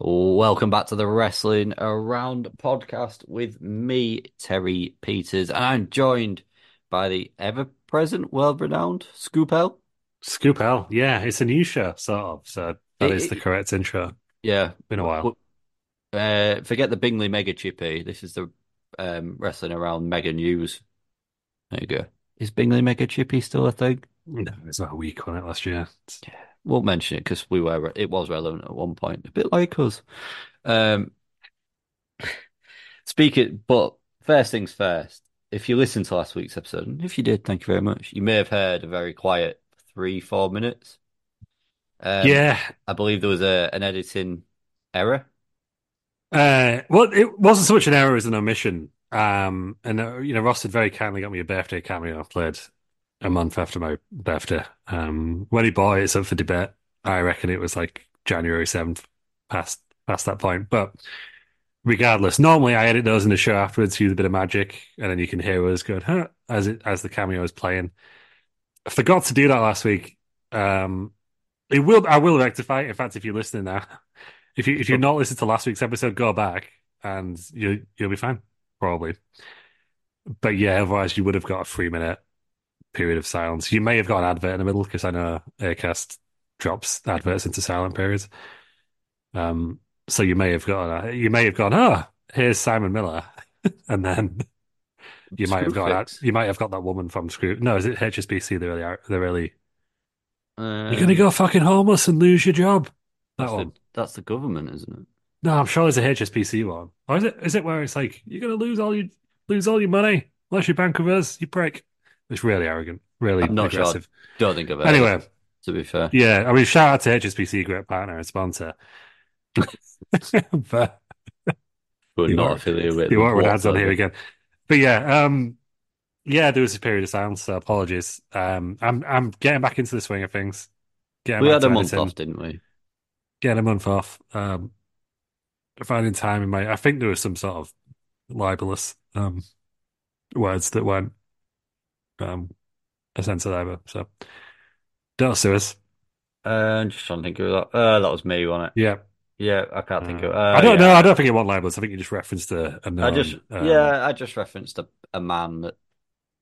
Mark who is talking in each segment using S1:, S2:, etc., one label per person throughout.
S1: Welcome back to the Wrestling Around podcast with me, Terry Peters, and I'm joined by the ever present, world renowned Scoopel.
S2: Scoop L, yeah, it's a new show, sort of. So that
S1: It-
S2: is the
S1: it-
S2: correct intro.
S1: Yeah.
S2: Been a while.
S1: Uh, forget the Bingley Mega Chippy. This is the um, Wrestling Around Mega News. There you go. Is Bingley Mega Chippy still a thing?
S2: No, it's not a week on it last year. It's-
S1: Won't mention it because we were it was relevant at one point, a bit like us. Um, speak it, but first things first. If you listened to last week's episode, and if you did, thank you very much. You may have heard a very quiet three, four minutes. Um,
S2: yeah.
S1: I believe there was a, an editing error.
S2: Uh, well, it wasn't so much an error as an omission. Um, and uh, you know, Ross had very kindly got me a birthday cameo I played a month after my birthday. Um, when he bought it, it's up for debate. I reckon it was like January seventh, past past that point. But regardless, normally I edit those in the show afterwards, use a bit of magic, and then you can hear us going huh, as it as the cameo is playing. I forgot to do that last week. Um, it will. I will rectify it. In fact, if you're listening now, if you if you're not listening to last week's episode, go back and you you'll be fine probably. But yeah, otherwise you would have got a three minute period of silence. You may have got an advert in the middle because I know Aircast drops adverts into silent periods. Um, so you may have got a, you may have gone, oh, here's Simon Miller, and then you might have got that,
S1: Screwfix.
S2: you might have got that woman from Screw. No, is it HSBC? They're really they're really
S1: Um,
S2: you're gonna go fucking homeless and lose your job. That
S1: that's
S2: one.
S1: the, that's the government, isn't it?
S2: No, I'm sure there's a HSBC one. Or is it is it where it's like you're gonna lose all your lose all your money unless you bank with us, you prick. It's really arrogant, really
S1: I'm not sure.
S2: aggressive.
S1: Don't think of it.
S2: Anyway,
S1: to be fair,
S2: yeah, I mean shout out to HSBC, great partner and sponsor. but
S1: we're
S2: you
S1: not
S2: won't-
S1: affiliated with
S2: you
S1: them
S2: won't with ads on here
S1: whatsoever.
S2: again. But yeah, um yeah, there was a period of silence, so apologies. Um I'm I'm getting back into the swing of things. Getting
S1: We
S2: back
S1: had
S2: to
S1: a month
S2: editing.
S1: off, didn't we?
S2: getting a month off, um, finding time in my. I think there was some sort of libelous um, words that weren't um, a censored either. So don't sue us.
S1: Uh, I'm just trying to think of that. Uh, that was me, wasn't it?
S2: Yeah,
S1: Yeah, I can't think of.
S2: Uh,
S1: Uh,
S2: I don't
S1: yeah.
S2: know. I don't think it was libelous. I think you just referenced a. a
S1: I
S2: known,
S1: just,
S2: um,
S1: yeah, I just referenced a, a man that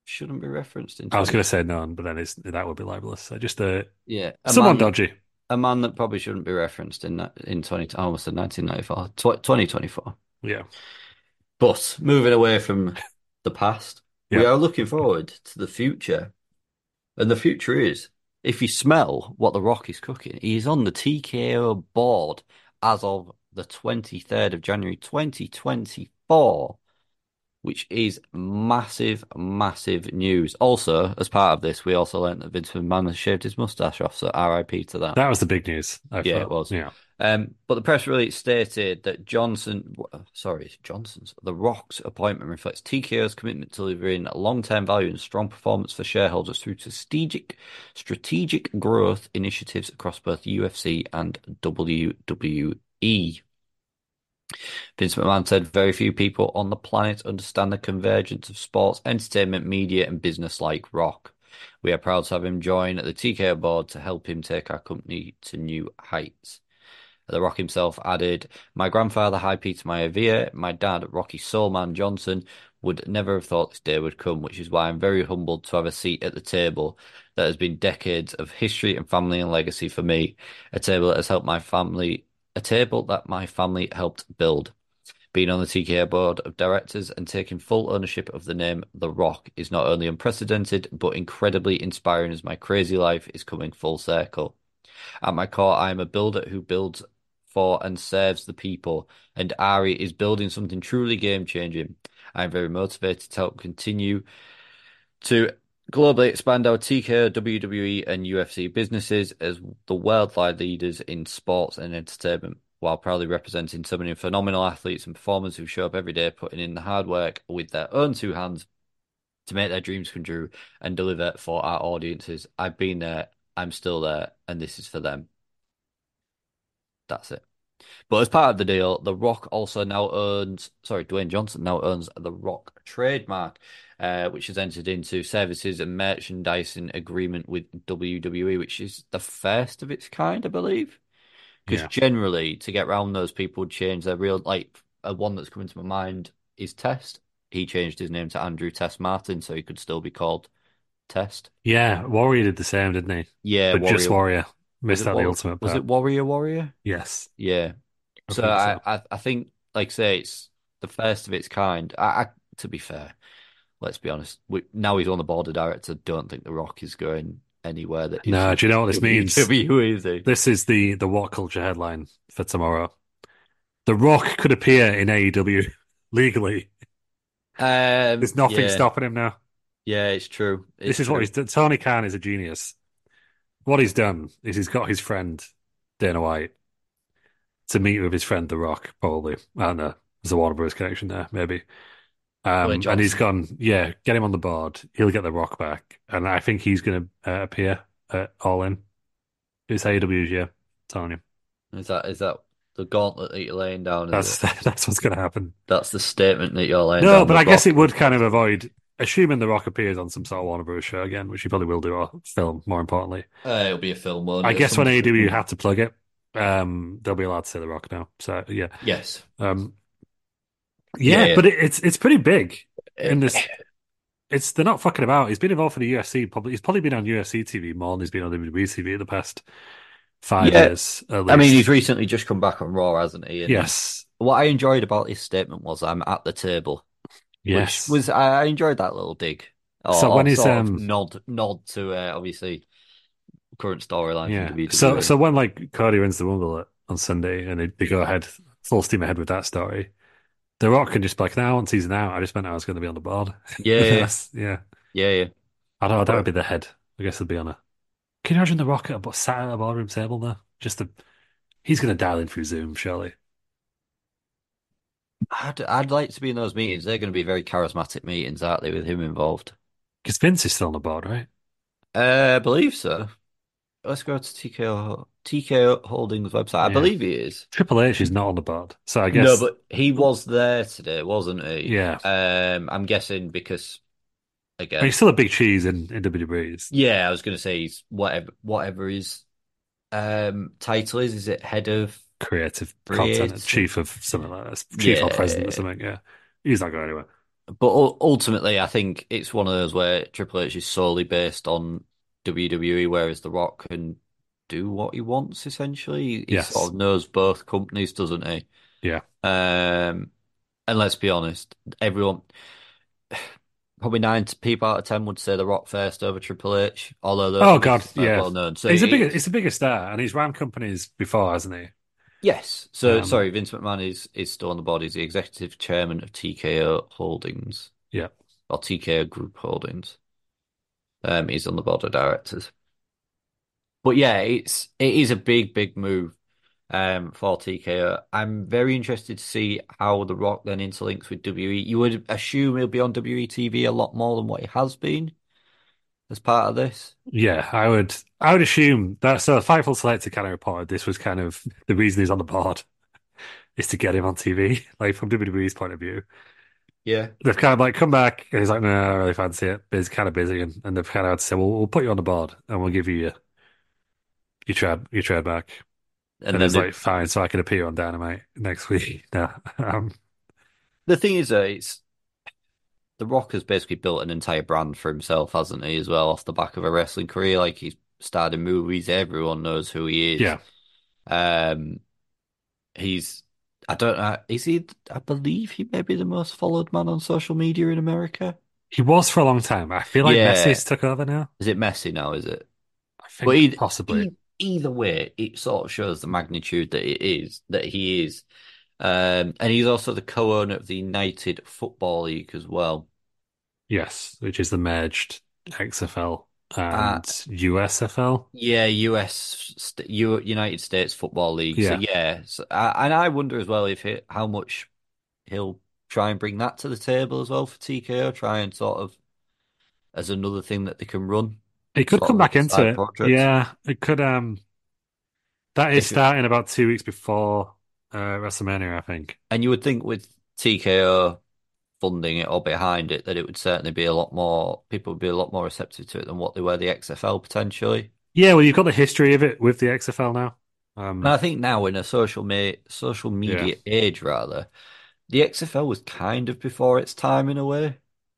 S1: shouldn't be referenced in.
S2: I was going to say none, but then it's that would be libelous. So just uh,
S1: yeah, a
S2: someone
S1: man,
S2: dodgy.
S1: a man that probably shouldn't be referenced in that in twenty. I almost said nineteen ninety four, twenty twenty four.
S2: Yeah,
S1: But moving away from the past, we
S2: Yeah.
S1: are looking forward to the future, and the future is if you smell what the Rock is cooking, he is on the TKO board as of the twenty third of January, twenty twenty four. which is massive, massive news. Also, as part of this, we also learned that Vince McMahon has shaved his mustache off, so RIP to that.
S2: that was the big news. I
S1: Yeah, it
S2: thought.
S1: was.
S2: Yeah,
S1: Um, but the press release stated that Johnson, uh, sorry, Johnson's, The Rock's appointment reflects TKO's commitment to delivering long-term value and strong performance for shareholders through strategic, strategic growth initiatives across both UFC and WWE. Vince McMahon said very few people on the planet understand the convergence of sports, entertainment, media, and business like Rock. We are proud to have him join the TKO board to help him take our company to new heights. The Rock himself added, My grandfather, High Peter Maivia, my dad, Rocky Soulman Johnson, would never have thought this day would come, which is why I'm very humbled to have a seat at the table that has been decades of history and family and legacy for me. A table that has helped my family, a table that my family helped build. Being on the TKO board of directors and taking full ownership of the name The Rock is not only unprecedented, but incredibly inspiring as my crazy life is coming full circle. At my core, I am a builder who builds for and serves the people, and Ari is building something truly game changing. I'm very motivated to help continue to globally expand our TK, WWE, E, and UFC businesses as the worldwide leaders in sports and entertainment, while proudly representing so many phenomenal athletes and performers who show up every day putting in the hard work with their own two hands to make their dreams come true and deliver for our audiences. I've been there, I'm still there, and this is for them. That's it. But as part of the deal, The Rock also now owns, sorry, Dwayne Johnson now owns The Rock trademark, uh, which is entered into services and merchandising agreement with WWE, which is the first of its kind, I believe. Because
S2: Yeah.
S1: generally, to get round those, people would change their real, like, uh, one that's coming to my mind is Test. He changed his name to Andrew Test Martin, so he could still be called Test.
S2: Yeah, Warrior did the same, didn't he?
S1: Yeah,
S2: but just Warrior
S1: Was
S2: missed
S1: it
S2: out the
S1: Warrior-
S2: ultimate.
S1: Was
S2: part.
S1: it Warrior Warrior?
S2: Yes.
S1: Yeah.
S2: I
S1: So
S2: think
S1: I, I, I think, like I say, it's the first of its kind. I, I to be fair, let's be honest. We, now he's on the board of directors. I don't think The Rock is going anywhere. That
S2: No,
S1: isn't
S2: do you know what this means?
S1: WWE, E is he?
S2: This is the the what culture headline for tomorrow. The Rock could appear in AEW legally.
S1: Um,
S2: There's nothing
S1: yeah,
S2: stopping him now.
S1: Yeah, it's true.
S2: this
S1: It's
S2: is
S1: true.
S2: what he's done. Tony Khan is a genius. What he's done is he's got his friend Dana White to meet with his friend The Rock, probably. I don't know. There's a Warner Bros. connection there, maybe. Um,
S1: Dwayne
S2: and he's
S1: Johnson.
S2: gone, yeah, get him on the board. He'll get The Rock back. And I think he's going to uh, appear at All In. It's AEW's year, telling you.
S1: Is that is that the gauntlet that you're laying down? is
S2: That's,
S1: it?
S2: that's what's going to happen.
S1: That's the statement that you're laying
S2: No,
S1: down.
S2: but
S1: The
S2: I guess
S1: Rock-
S2: it would kind of avoid, assuming The Rock appears on some sort of Warner Bros. show again, which he probably will do, or film, more importantly.
S1: Uh, it'll be a film, won't
S2: I
S1: it?
S2: guess when E
S1: Some-
S2: AEW had to plug it, um, they'll be allowed to say The Rock now. So yeah,
S1: Yes.
S2: um, yeah,
S1: Yeah.
S2: but it, it's it's pretty big in this. It's they're not fucking about. He's been involved in the UFC. Probably he's probably been on UFC TV more than he's been on WWE TV in the past five
S1: Yeah.
S2: years. At least.
S1: I mean, he's recently just come back on Raw, hasn't he? And
S2: yes,
S1: What I enjoyed about his statement was, "I'm at the table."
S2: yes.
S1: Which was I I enjoyed that little dig. Or,
S2: So when
S1: or
S2: is,
S1: sort of
S2: um,
S1: nod nod to uh, obviously current storyline
S2: yeah.
S1: for WWE.
S2: So so when like Cody wins the Rumble at- on Sunday and they, they go ahead full steam ahead with that story, The Rock can just be like, now once he's out, I just meant I was going to be on the board.
S1: Yeah, yeah.
S2: That's- yeah.
S1: yeah, yeah.
S2: I don't know, that would be the head. I guess it'd be on a. Can you imagine the rocket abo- sat at a ballroom table there? Just the. He's going to dial in through Zoom, surely.
S1: I'd I'd like to be in those meetings. They're going to be very charismatic meetings, aren't they? With him involved.
S2: Because Vince is still on the board, right?
S1: Uh, I believe so. Let's go to TKO TKO Holdings website. I
S2: Yeah.
S1: believe he is.
S2: Triple H is not on the board. So I guess.
S1: Mm. No, but he was there today, wasn't he?
S2: Yeah.
S1: Um, I'm guessing because
S2: I
S1: again,
S2: mean, he's still a big cheese in, in WWE. It's-
S1: Yeah, I was gonna say he's whatever whatever his um title is, is it head of
S2: Creative content,
S1: Creative.
S2: chief of something like that. Chief or president or something, yeah. He's not going anywhere.
S1: but ul- ultimately I think it's one of those where Triple H is solely based on WWE, whereas The Rock can do what he wants essentially. He
S2: Yes.
S1: sort of knows both companies, doesn't he?
S2: Yeah.
S1: Um and let's be honest, everyone probably nine people out of ten would say The Rock first over Triple H, although those
S2: Oh,
S1: are
S2: God,
S1: quite
S2: yeah.
S1: well known. So
S2: he's the
S1: it-
S2: biggest, he's the biggest star, and he's ran companies before, hasn't he?
S1: Yes. So
S2: Um,
S1: sorry, Vince McMahon is is still on the board. He's the executive chairman of TKO Holdings.
S2: Yeah.
S1: Or TKO Group Holdings. Um, he's on the board of directors. But yeah, it's it is a big, big move um for TKO. I'm very interested to see how The Rock then interlinks with WE. You would assume he'll be on WE TV a lot more than what he has been as part of this.
S2: Yeah, I would. I would assume that. So, Fightful Selector kind of reported this was kind of the reason he's on the board is to get him on TV, like from WWE's point of view.
S1: Yeah.
S2: They've kind of like come back, and he's like, "No, I don't really fancy it. But he's kind of busy," and, and they've kind of had to say, "Well, we'll put you on the board, and we'll give you your your trad your trad back."
S1: And,
S2: And,
S1: then
S2: it's
S1: the,
S2: like, "Fine, so I can appear on Dynamite next week." No, um,
S1: the thing is, uh, it's The Rock has basically built an entire brand for himself, hasn't he, as well, off the back of a wrestling career. Like he's starred in movies, everyone knows who he is.
S2: yeah,
S1: Um, he's I don't know, is he? I believe he may be the most followed man on social media in America.
S2: he was for a long time. I feel like
S1: Yeah.
S2: Messi's took over now.
S1: Is it Messi now? Is it?
S2: I think
S1: But either,
S2: possibly.
S1: E-, either way, it sort of shows the magnitude that it is that he is, um, and he's also the co-owner of the United Football League as well.
S2: Yes, which is the merged XFL and
S1: Ah.
S2: USFL.
S1: Yeah, US, st- U, United States Football League. So
S2: Yeah.
S1: yeah, so, I, and I wonder as well if he, how much he'll try and bring that to the table as well for TKO. Try and sort of as another thing that they can run.
S2: It could
S1: Sort of
S2: come back into
S1: side
S2: it.
S1: project.
S2: Yeah, it could. Um, that is
S1: If it-
S2: starting about two weeks before uh, WrestleMania, I think.
S1: And you would think with TKO funding it or behind it that it would certainly be a lot more people would be a lot more receptive to it than what they were the XFL potentially.
S2: Yeah, well, you've got the history of it with the XFL now. Um,
S1: And I think now in a social me social media age rather, the XFL was kind of before its time in a way.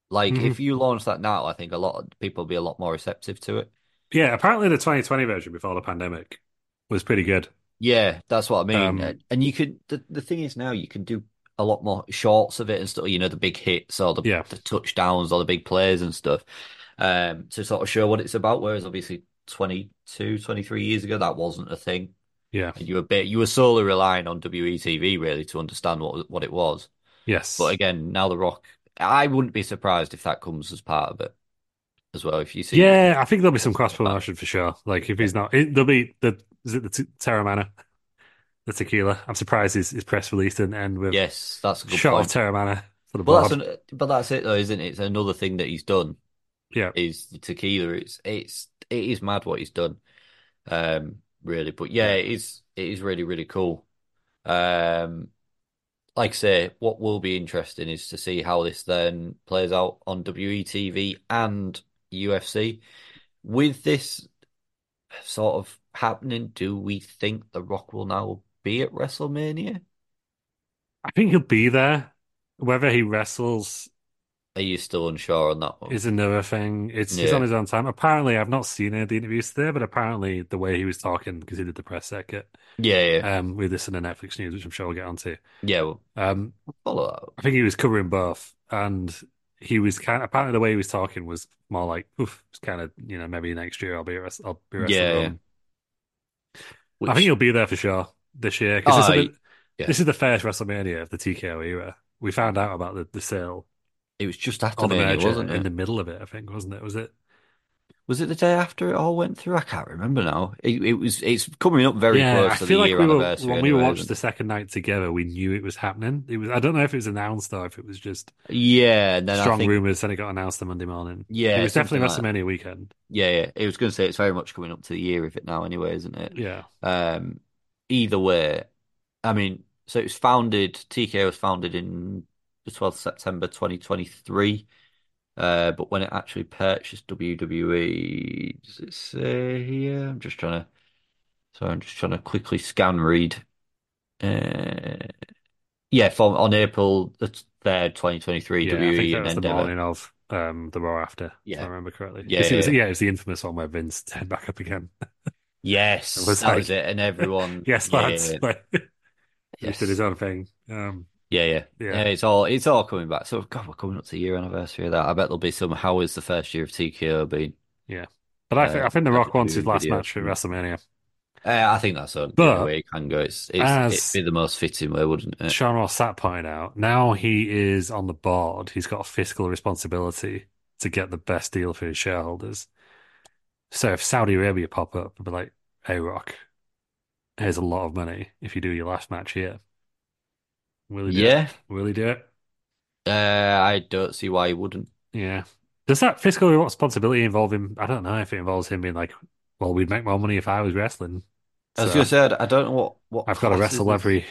S1: Like
S2: Mhm.
S1: if you launch that now, I think a lot of people would be a lot more receptive to it.
S2: yeah, apparently the 2020 version before the pandemic was pretty good.
S1: Yeah, that's what I mean.
S2: Um,
S1: And- and you could the, the thing is now you can do a lot more shorts of it and stuff, you know, the big hits or the,
S2: Yeah.
S1: the touchdowns or the big plays and stuff, um, to sort of show what it's about. Whereas obviously 22, 23 years ago, that wasn't a thing.
S2: Yeah.
S1: And you were bit, you were solely relying on WETV really to understand what what it was.
S2: Yes.
S1: But again, now The Rock, I wouldn't be surprised if that comes as part of it as well. If you see,
S2: yeah, I think there'll be some cross promotion for sure. Like if he's not, it, there'll be the is it the t- Terramana, the tequila. I'm surprised his, his press release didn't end with
S1: yes, that's a good
S2: shot
S1: point.
S2: of Terramana for the
S1: Well,
S2: board.
S1: that's an, but that's it though, isn't it? It's another thing that he's done.
S2: Yeah.
S1: is the tequila. It's it's it is mad what he's done. Um, really, but yeah, it is it is really really cool. Um, like I say, what will be interesting is to see how this then plays out on WETV and UFC. With this sort of happening, do we think The Rock will now be at WrestleMania?
S2: I think he'll be there. Whether he wrestles
S1: Are you still unsure on that one?
S2: is another thing. It's he's
S1: Yeah.
S2: on his own time. Apparently, I've not seen any of the interviews today, but apparently the way he was talking because he did the press circuit.
S1: Yeah, yeah,
S2: Um, with this in the Netflix news, which I'm sure we'll get onto.
S1: yeah. We'll
S2: Um,
S1: follow that. up.
S2: I think he was covering both, and he was kind. apparently, the way he was talking was more like, "Oof, it's kind of you know maybe next year I'll be rest- I'll be wrestling."
S1: Yeah, yeah.
S2: on." I
S1: Which-
S2: think he'll be there for sure this year because this,
S1: Oh,
S2: will be-
S1: yeah.
S2: this is the first WrestleMania of the TKO era. We found out about the, the sale
S1: it was just after
S2: on the
S1: Mania,
S2: merger
S1: wasn't
S2: in
S1: it?
S2: the middle of it. I think wasn't it? Was it?
S1: Was it the day after it all went through? I can't remember now. It, it was. It's coming up very
S2: yeah,
S1: close
S2: I
S1: to the
S2: feel like
S1: year
S2: we were
S1: anniversary.
S2: when we
S1: anyway,
S2: watched
S1: isn't
S2: the second night together, we knew it was happening. It was. I don't know if it was announced or if it was just
S1: it? Yeah, and then I
S2: strong
S1: think.
S2: rumors, and it got announced the Monday morning.
S1: Yeah,
S2: it was definitely
S1: something like
S2: WrestleMania weekend.
S1: Yeah, yeah. It was going to say it's very much coming up to the year of it now, anyway, isn't it?
S2: Yeah,
S1: Um, either way, I mean, so it was founded, TKO was founded in the 12th September 2023. Uh, but when it actually purchased WWE, does it say here? I'm just trying to, sorry, I'm just trying to quickly scan read. Uh, yeah, from on April the 3rd, 2023,
S2: yeah. I
S1: WWE
S2: think that
S1: E and
S2: was the
S1: Endeavor.
S2: morning of um, the Raw after. if
S1: Yeah.
S2: I remember correctly.
S1: Yeah,
S2: 'Cause it was,
S1: yeah.
S2: yeah, it was the infamous one where Vince turned back up again.
S1: Yes,
S2: It was
S1: that
S2: like-
S1: was it. And everyone,
S2: yes,
S1: yeah,
S2: lads. Like,
S1: yes.
S2: He did his own thing. Um,
S1: Yeah, yeah,
S2: Yeah.
S1: yeah. It's all it's all coming back. So God, we're coming up to the year anniversary of that. I bet there'll be some. How is the first year of TKO been?
S2: but I,
S1: Uh,
S2: think I think The
S1: that
S2: Rock
S1: would
S2: wants
S1: be
S2: his last
S1: video.
S2: match at WrestleMania.
S1: Uh, I think that's the only
S2: But
S1: way it can go. It's, it's
S2: as-
S1: it'd be the most fitting way, wouldn't it?
S2: Sean Ross Sapp pointed out now he is on the board. He's got a fiscal responsibility to get the best deal for his shareholders. So if Saudi Arabia pop up and be like, "Hey, Rock, here's a lot of money if you do your last match here," will he? Do it?
S1: Yeah,
S2: Will he do it?
S1: uh, I don't see why he wouldn't.
S2: Yeah. Does that fiscal responsibility involve him? I don't know if it involves him being like, "Well, we'd make more money if I was wrestling,
S1: I was
S2: So
S1: going to say, I don't know what, what
S2: I've got to
S1: classes
S2: wrestle
S1: there's-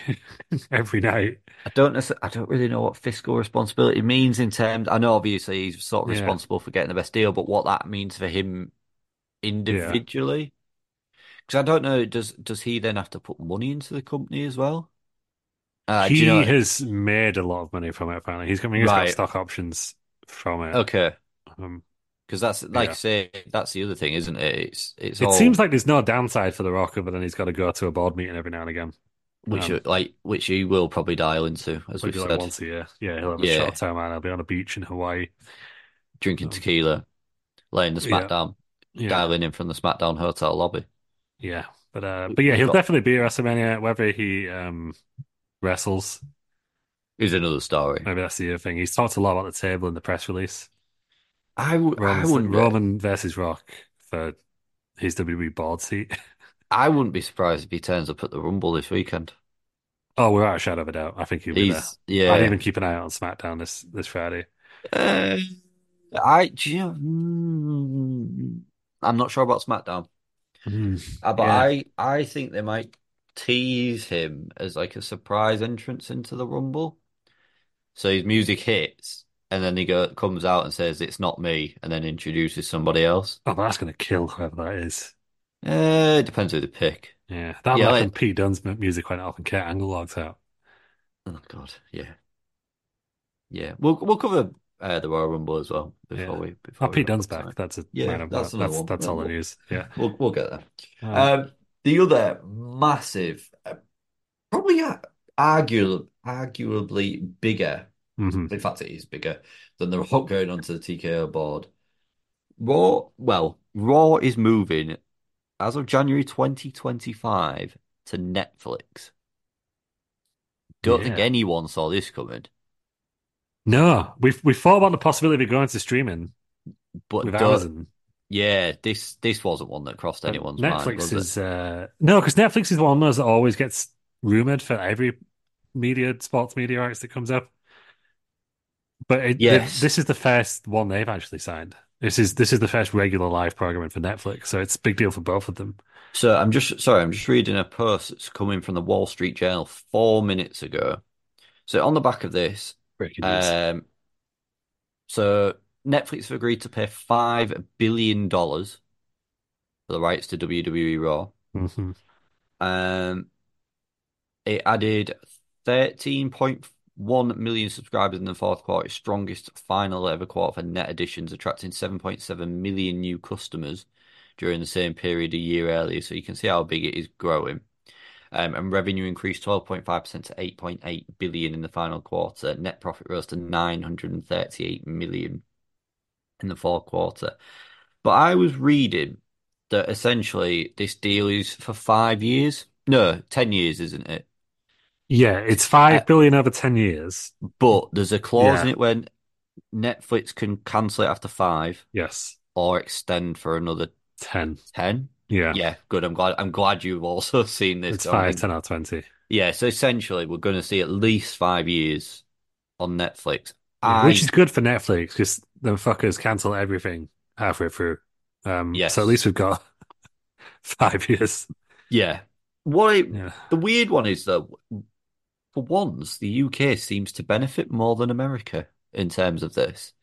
S2: every every night.
S1: I don't necessarily, I don't really know what fiscal responsibility means in terms. I know obviously he's sort of
S2: Yeah.
S1: responsible for getting the best deal, but what that means for him individually, because I don't know, does does he then have to put money into the company as well? Uh, do
S2: he
S1: you know?
S2: has made a lot of money from it. Apparently, he's got, I mean, he's got
S1: Right.
S2: stock options from it.
S1: Okay,
S2: Um,
S1: because that's like
S2: Yeah.
S1: I say, that's the other thing, isn't it? It's it's
S2: it
S1: all
S2: seems like there's no downside for the Rock other than he's got to go to a board meeting every now and again.
S1: which
S2: um,
S1: like which he will probably dial into, as
S2: Maybe
S1: we've
S2: like
S1: said,
S2: once a year. Yeah, he'll have a
S1: Yeah.
S2: short time out. He'll be on a beach in Hawaii.
S1: drinking
S2: um,
S1: tequila, laying the
S2: yeah.
S1: SmackDown,
S2: Yeah.
S1: dialing in from the SmackDown hotel lobby.
S2: Yeah, but uh, but yeah, he'll
S1: got-
S2: definitely be at WrestleMania whether he um wrestles.
S1: Is another story.
S2: Maybe that's the other thing. He's talked a lot about the table in the press release.
S1: I, w- I
S2: Roman,
S1: wouldn't
S2: Roman versus Rock for his WWE board seat.
S1: I wouldn't be surprised if he turns up at the Rumble this weekend.
S2: Oh, without a shadow of a doubt, I think he'll be there.
S1: He's yeah.
S2: I'd even keep an eye out on SmackDown this this Friday.
S1: Uh, I do you know, mm, I'm not sure about SmackDown, Uh, but
S2: Yeah.
S1: I I think they might tease him as like a surprise entrance into the Rumble. So his music hits, and then he go comes out and says it's not me, and then introduces somebody else.
S2: Oh, that's gonna kill whoever that is.
S1: Uh, it depends who they pick.
S2: Yeah, that
S1: Yeah,
S2: like
S1: like-
S2: when Pete Dunne's mu- music went off and Kurt Angle logged out.
S1: Oh God, yeah, yeah. We'll we'll cover uh, the Royal Rumble as well before
S2: Yeah.
S1: we before
S2: Oh,
S1: we
S2: Pete
S1: wrap
S2: Dunne's
S1: up
S2: back.
S1: tonight.
S2: That's a
S1: Yeah,
S2: minor-
S1: that's another
S2: that's
S1: one.
S2: that's
S1: Yeah,
S2: all the
S1: we'll-
S2: news. Yeah.
S1: We'll we'll get there.
S2: Um,
S1: Um, the other massive, uh, probably uh, argu arguably bigger.
S2: mhm.
S1: In fact, it is bigger than the Rock going onto the TKO board. Raw, well, Raw is moving as of January 2025 to Netflix. Don't think
S2: Yeah.
S1: anyone saw this coming,
S2: No, we've we thought about the possibility of going to streaming
S1: but
S2: with
S1: don't-
S2: Amazon.
S1: yeah, this this wasn't one that crossed anyone's mind,
S2: Netflix
S1: was it?
S2: is uh, no, because Netflix is one of those that always gets rumored for every media sports media rights that comes up. But it,
S1: Yes.
S2: it- this is the first one they've actually signed. This is this is the first regular live programming for Netflix, so it's a big deal for both of them.
S1: So I'm just sorry, I'm just reading a post that's coming from the Wall Street Journal four minutes ago. So on the back of this,
S2: Breaking
S1: um, so Netflix have agreed to pay five billion dollars for the rights to WWE Raw.
S2: hmm
S1: Um, it added 13.1 million subscribers in the fourth quarter, its strongest final ever quarter for net additions, attracting 7.7 million new customers during the same period a year earlier. So you can see how big it is growing. Um, and revenue increased 12.5% to 8.8 billion in the final quarter. Net profit rose to 938 million in the fourth quarter. But I was reading that essentially this deal is for five years. No, 10 years, isn't it?
S2: Yeah, it's five
S1: Uh,
S2: billion over ten years.
S1: But there's a clause in
S2: Yeah.
S1: it when Netflix can cancel it after five
S2: Yes,
S1: or extend for another
S2: ten.
S1: 10.
S2: Yeah,
S1: Yeah, good. I'm glad I'm glad you've also seen this.
S2: it's
S1: so I
S2: five,
S1: can-
S2: ten out of twenty.
S1: Yeah, so essentially we're going to see at least five years on Netflix.
S2: Yeah,
S1: I
S2: which is good for Netflix because them fuckers cancel everything halfway through. Um,
S1: Yes.
S2: So at least we've got five years.
S1: yeah. What it,
S2: Yeah.
S1: the weird one is that for once the UK seems to benefit more than America in terms of this.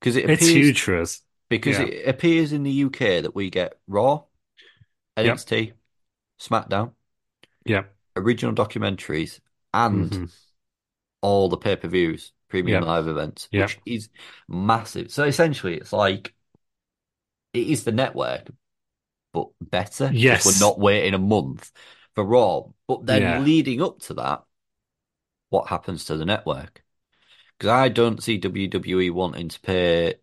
S1: Because it
S2: It's
S1: appears
S2: huge for us.
S1: Because
S2: Yeah.
S1: it appears in the UK that we get Raw,
S2: Yep.
S1: NXT, SmackDown,
S2: Yeah.
S1: original documentaries, and
S2: Mhm.
S1: all the pay per views, premium
S2: Yep.
S1: live events,
S2: Yep.
S1: which is massive. So essentially, it's like it is the network, but better. 'cause
S2: Yes.
S1: We're not waiting a month for Raw. But then
S2: Yeah.
S1: leading up to that, what happens to the network? Because I don't see WWE wanting to pay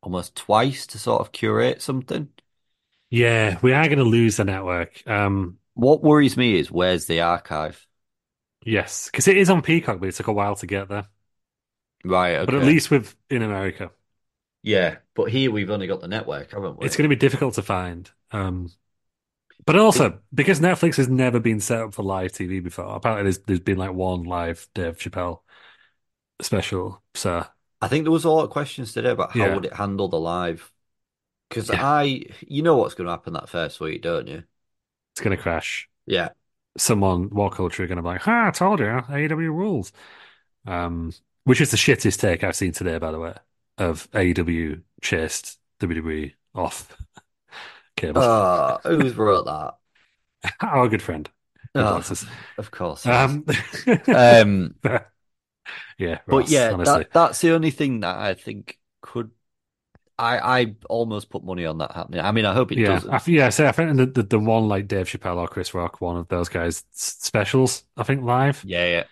S1: almost twice to sort of curate something.
S2: Yeah. We are going to lose the network. Um,
S1: What worries me is where's the archive?
S2: yes. Because it is on Peacock, but it took a while to get there.
S1: Right,
S2: But at
S1: okay.
S2: least with in America,
S1: Yeah, but here we've only got the network, haven't we?
S2: it's going to be difficult to find. Um, but also because Netflix has never been set up for live TV before. Apparently, there's there's been like one live Dave Chappelle special. So
S1: I think there was a lot of questions today about how
S2: Yeah.
S1: would it handle the live? Because
S2: Yeah.
S1: I, you know what's going to happen that first week, don't you?
S2: It's going to crash.
S1: Yeah.
S2: Someone, what culture, are going to be like, ha, I told you, AEW rules. Um, which is the shittest take I've seen today, by the way, of AEW chased WWE off cable.
S1: Oh, who's wrote that?
S2: Our good friend.
S1: Oh,
S2: Francis.
S1: of course.
S2: Um,
S1: um,
S2: yeah,
S1: but
S2: Ross,
S1: yeah,
S2: honestly.
S1: that, that's the only thing that I think could. I I almost put money on that happening. I mean, I hope it
S2: yeah,
S1: doesn't.
S2: I, th- yeah. I say I think the, the the one like Dave Chappelle or Chris Rock, one of those guys' s- specials, I think live,
S1: yeah, yeah.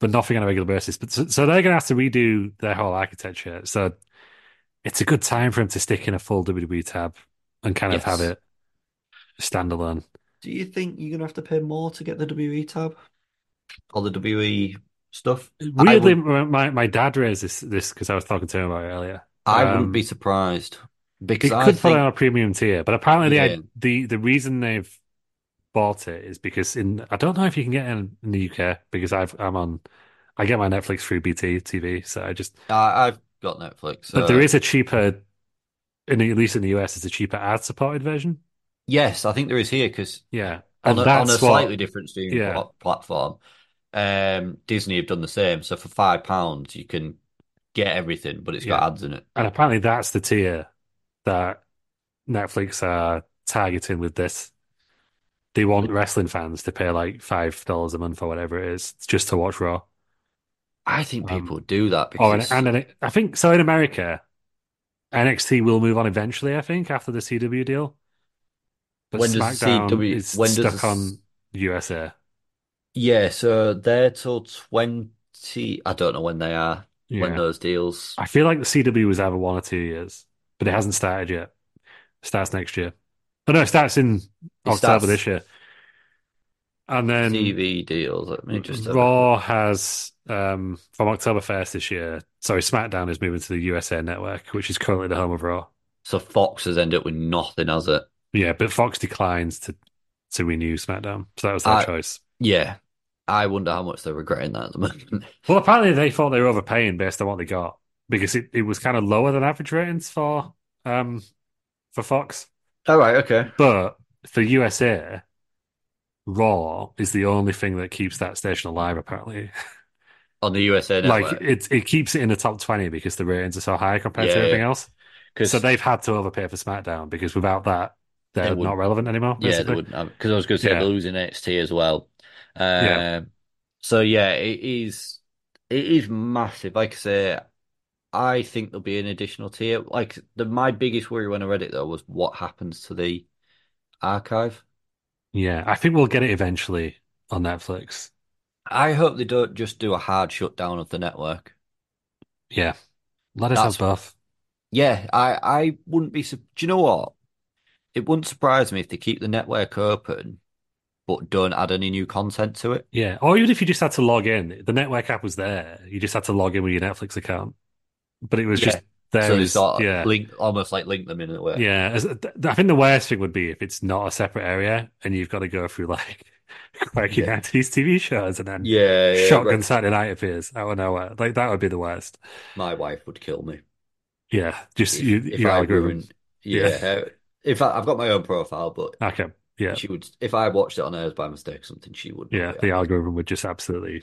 S2: but nothing on a regular basis. But so, so they're going to have to redo their whole architecture. So it's a good time for him to stick in a full WWE tab and kind of
S1: Yes.
S2: have it standalone.
S1: Do you think you're gonna have to pay more to get the WE tab or the WE stuff? I
S2: Weirdly,
S1: would-
S2: my- my my dad raised this this because I was talking to him about it earlier.
S1: I
S2: Um,
S1: wouldn't be surprised
S2: It
S1: because I
S2: could put it on
S1: think
S2: a premium tier, but apparently the
S1: Yeah.
S2: the the reason they've bought it is because in I don't know if you can get it in, in the UK because I've I'm on I get my Netflix through BT TV, so I just
S1: I, I've got Netflix. so-
S2: but there is a cheaper in the, at least in the US it's a cheaper ad supported version.
S1: yes, I think there is here because
S2: Yeah.
S1: on
S2: And
S1: a, on
S2: that's
S1: a
S2: what-
S1: slightly different streaming
S2: yeah.
S1: pla- platform, um, Disney have done the same. So for five pounds, you can get everything, but it's got
S2: Yeah.
S1: ads in it.
S2: and apparently that's the tier that Netflix are targeting with this. They want wrestling fans to pay like five dollars a month or whatever it is just to watch Raw.
S1: I think
S2: Um,
S1: people do that
S2: Oh, and,
S1: because
S2: and, and I think so in America, NXT will move on eventually, I think, after the CW deal. But
S1: when does the
S2: SmackDown
S1: CW
S2: is
S1: when does
S2: stuck
S1: the-
S2: on USA.
S1: Yeah, so they're till 20. I don't know when they are, when
S2: Yeah.
S1: those deals.
S2: I feel like the CW was either one or two years, but it hasn't started yet. starts next year. Oh, no, it starts in October
S1: starts-
S2: this year. And then
S1: TV deals. Let me just have a-
S2: Raw has um, from October 1st this year. Sorry, SmackDown is moving to the USA network, which is currently the home of Raw.
S1: So Fox has ended up with nothing, has it?
S2: Yeah, but Fox declines to to renew SmackDown, so that was their
S1: I-
S2: choice.
S1: Yeah. I wonder how much they're regretting that at the moment.
S2: Well, apparently they thought they were overpaying based on what they got because it, it was kind of lower than average ratings for um for Fox,
S1: All right, okay.
S2: but for USA, Raw is the only thing that keeps that station alive. Apparently,
S1: On the USA
S2: like
S1: network.
S2: it it keeps it in the top twenty because the ratings are so high compared
S1: Yeah,
S2: to
S1: yeah.
S2: everything else.
S1: 'Cause-
S2: So they've had to overpay for SmackDown because without that, they're
S1: They wouldn't-
S2: not relevant anymore.
S1: Yeah, they
S2: basically.
S1: wouldn't have because I was going to say
S2: Yeah.
S1: they're losing NXT as well.
S2: Yeah.
S1: Um, so yeah, it is it is massive. Like I say, I think there'll be an additional tier. Like the my biggest worry when I read it though was what happens to the archive.
S2: Yeah, I think we'll get it eventually on Netflix.
S1: I hope they don't just do a hard shutdown of the network.
S2: Yeah. Let us
S1: That's-
S2: have both.
S1: Yeah, I I wouldn't be. sup- Do you know what? It wouldn't surprise me if they keep the network open, but don't add any new content to it.
S2: Yeah. Or even if you just had to log in, the network app was there. You just had to log in with your Netflix account. But it was
S1: Yeah.
S2: just there
S1: So they
S2: as-
S1: sort of
S2: yeah.
S1: link almost like link them in a way.
S2: Yeah. As- th- I think the worst thing would be if it's not a separate area and you've got to go through like quirky
S1: Yeah.
S2: 90s TV shows and then
S1: Yeah, yeah,
S2: Shotgun
S1: right.
S2: Saturday Night appears out of nowhere. Like that would be the worst.
S1: My wife would kill me
S2: Yeah. Just
S1: if
S2: you,
S1: if
S2: your
S1: I
S2: algorithm.
S1: ruined.
S2: Yeah.
S1: Yeah, if I, I've got my own profile, but
S2: Okay. Yeah.
S1: she would. If I watched it on hers by mistake, or something she would.
S2: Yeah.
S1: not be
S2: The
S1: happy.
S2: algorithm would just absolutely.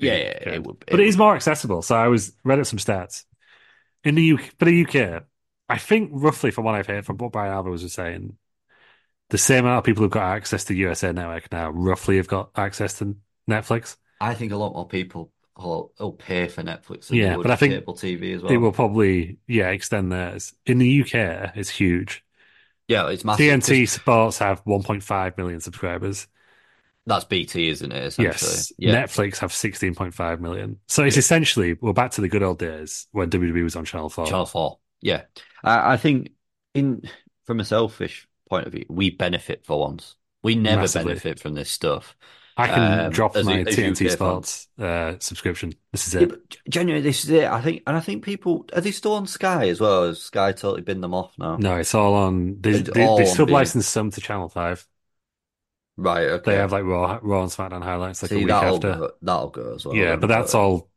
S1: Yeah,
S2: be
S1: yeah, it
S2: dead.
S1: would-
S2: But
S1: it
S2: it is
S1: would.
S2: more accessible. So I was read up some stats in the UK for the UK. I think roughly from what I've heard from what Brian Alvarez was saying, the same amount of people who've got access to USA Network now roughly have got access to Netflix.
S1: I think a lot more people will, will pay for Netflix than they
S2: Yeah,
S1: would
S2: but I think
S1: cable TV as
S2: It
S1: well.
S2: will probably yeah extend theirs. In the UK, it's huge.
S1: Yeah, it's massive. 'cause
S2: TNT Sports have 1.5 million subscribers.
S1: That's BT, isn't it?
S2: Yes,
S1: Essentially, yeah.
S2: Netflix have 16.5 million. So it's essentially we're back to the good old days when WWE was on Channel Four.
S1: Channel Four. Yeah, I, I think in from a selfish point of view, we benefit for once. We never
S2: Massively.
S1: benefit from this stuff.
S2: I can
S1: Um,
S2: drop
S1: as a-
S2: my
S1: as
S2: TNT
S1: UK
S2: Sports uh, subscription. This is
S1: Yeah,
S2: it.
S1: but g- genuinely, this is it. I think, and I think people are they still on Sky as well? Has Sky totally binned them off now?
S2: No, it's all on. They,
S1: It's
S2: they,
S1: all
S2: they
S1: on
S2: sublicense some to Channel Five.
S1: Right,
S2: They
S1: okay.
S2: have like Raw, Raw and SmackDown highlights like a
S1: See,
S2: week
S1: that'll
S2: after.
S1: go, that'll go as well.
S2: yeah,
S1: then,
S2: but that's all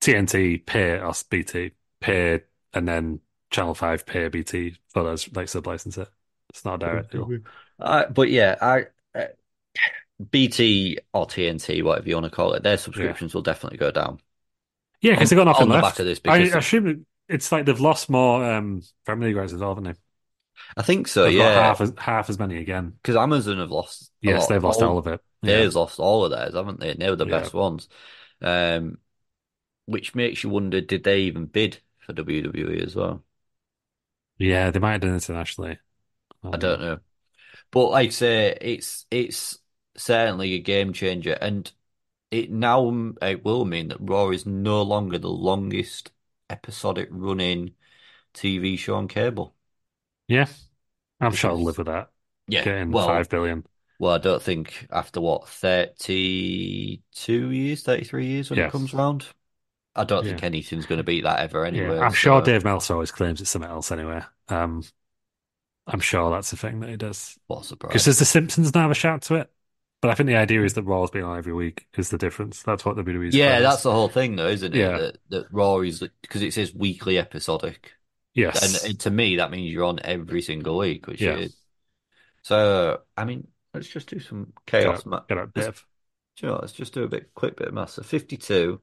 S2: TNT pay us BT pay, and then Channel Five pay BT for those like sublicense it. It's not a direct. deal.
S1: Uh, but yeah, I uh, BT or TNT, whatever you want to call it, their subscriptions will definitely go down.
S2: Yeah, because
S1: On-
S2: they've got nothing
S1: on the
S2: left.
S1: back of this,
S2: I,
S1: because-
S2: I assume it's like they've lost more um, Premier League rights as well, haven't they?
S1: I think so.
S2: they've got
S1: Oh, yeah, Oh,
S2: half as, half as many again.
S1: because Amazon have lost. a
S2: Yes,
S1: lot-
S2: they've lost all of it. Yeah.
S1: They've lost all of theirs, haven't they? And they were the
S2: Yeah.
S1: best ones. Um, which makes you wonder, did they even bid for WWE as well?
S2: Yeah, they might have done it internationally.
S1: I don't know. But like I say, it's it's certainly a game changer, and it now m- it will mean that Raw is no longer the longest episodic running TV show on cable.
S2: Yeah, Um, I'm sure I'll live with that.
S1: Yeah,
S2: Getting
S1: well,
S2: five billion.
S1: well, I don't think after what 32 years, 33 years when it
S2: Yeah.
S1: comes round, I don't
S2: Yeah.
S1: think anything's going to beat that ever
S2: Yeah,
S1: anyway.
S2: I'm sure
S1: so-
S2: Dave Meltzer always claims it's something else anyway. Um, I'm sure that's the thing that he does.
S1: What a surprise!
S2: Because does The Simpsons now have a shout to it? But I think the idea is that Raw's being on every week is the difference. That's what the WWE's
S1: Yeah,
S2: claims.
S1: that's the whole thing, though, isn't it?
S2: Yeah.
S1: That that Raw is because it says weekly episodic.
S2: yes.
S1: And, and to me, that means you're on every single week, which
S2: Yeah.
S1: is. So, I mean, let's just do some chaos math.
S2: Get out, Dave.
S1: you know, what, let's just do a bit quick bit of math. So, 52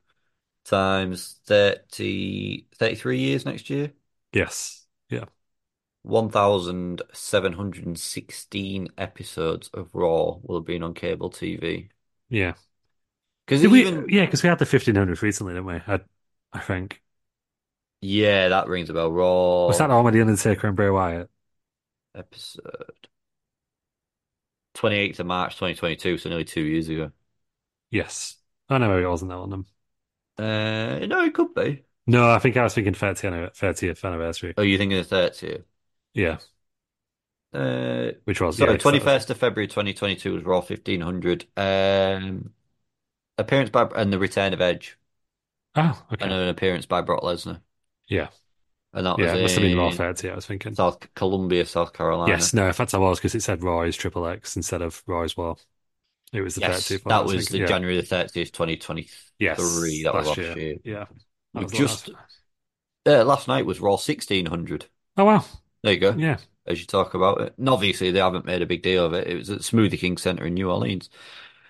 S1: times 30, 33 years next year,
S2: Yes. Yeah.
S1: 1,716 episodes of Raw will have been on cable TV.
S2: Yeah.
S1: Because
S2: Did we?
S1: even,
S2: Yeah, because we had the 1500 recently, didn't we? I, I think.
S1: yeah, that rings a bell. Raw
S2: Was that the one with the Undertaker and Bray Wyatt?
S1: episode 28th of March 2022, so nearly two years ago.
S2: Yes. I know maybe it wasn't that one. then.
S1: Uh, no, it could be.
S2: No, I think I was thinking 30th, 30th anniversary.
S1: Oh, you're thinking the 30th?
S2: Yeah,
S1: Uh,
S2: which was
S1: sorry,
S2: yeah,
S1: 21st of February 2022 was Raw 1500. Um, appearance by and the return of Edge
S2: Oh, okay.
S1: and an appearance by Brock Lesnar.
S2: Yeah.
S1: And that was
S2: Yeah, it must have been Raw
S1: in
S2: 30. I was thinking.
S1: South Columbia, South Carolina.
S2: Yes, no, in fact, I was because it said Raw is Triple X instead of Raw is War. It was the
S1: Yes,
S2: 30th. one, I
S1: that was the
S2: thinking. yeah.
S1: January the 30th, 2023.
S2: Yes,
S1: That was last
S2: last
S1: year.
S2: Yeah. That
S1: We've
S2: was
S1: just-
S2: last-
S1: Uh, last night was Raw 1600.
S2: Oh, wow.
S1: There you go.
S2: Yeah.
S1: as you talk about it. And obviously, they haven't made a big deal of it. It was at Smoothie King Center in New Orleans.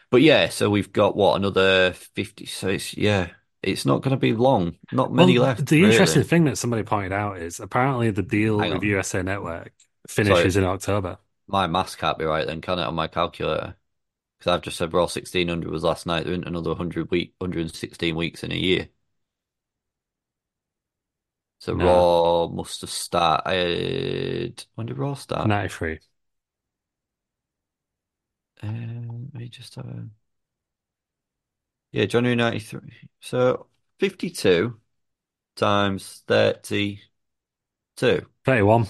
S1: But yeah, so we've got what another 50. So it's, yeah, it's not going to be long. Not many
S2: Well,
S1: left.
S2: The
S1: really.
S2: interesting thing that somebody pointed out is apparently the deal
S1: Hang
S2: with
S1: on.
S2: USA Network finishes in October.
S1: My maths can't be right then, can it, on my calculator? Because I've just said Raw 1600 was last night. There isn't another 100 week, 116 weeks in a year. So
S2: No.
S1: Raw must have started. When did Raw start?
S2: 93.
S1: Um, let me just have a. Yeah, January 93. So 52 times 32.
S2: 31. No,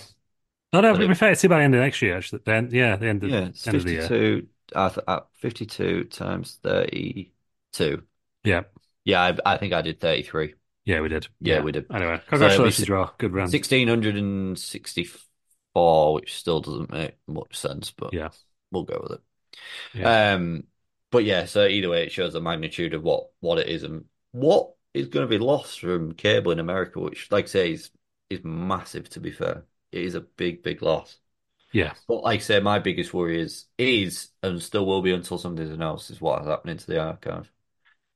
S2: no,
S1: But
S2: it'll be
S1: it-
S2: 32 by the end of next year, actually. Then, yeah, the end of,
S1: Yeah, it's
S2: end of the year.
S1: 52. I th uh, 52 times 32.
S2: Yeah.
S1: Yeah, I, I think I did 33.
S2: Yeah, we did.
S1: Yeah, we did.
S2: Anyway,
S1: it'll be
S2: congratulations,
S1: six-
S2: Raw. Good round.
S1: 1664, which still doesn't make much sense, but
S2: Yeah.
S1: we'll go with it.
S2: Yeah.
S1: Um, but yeah, so either way, it shows the magnitude of what what it is and what is going to be lost from cable in America, which, like I say, is is massive. To be fair, it is a big, big loss.
S2: Yeah.
S1: But like I say, my biggest worry is is and still will be until something's announced is what is happening to the archive.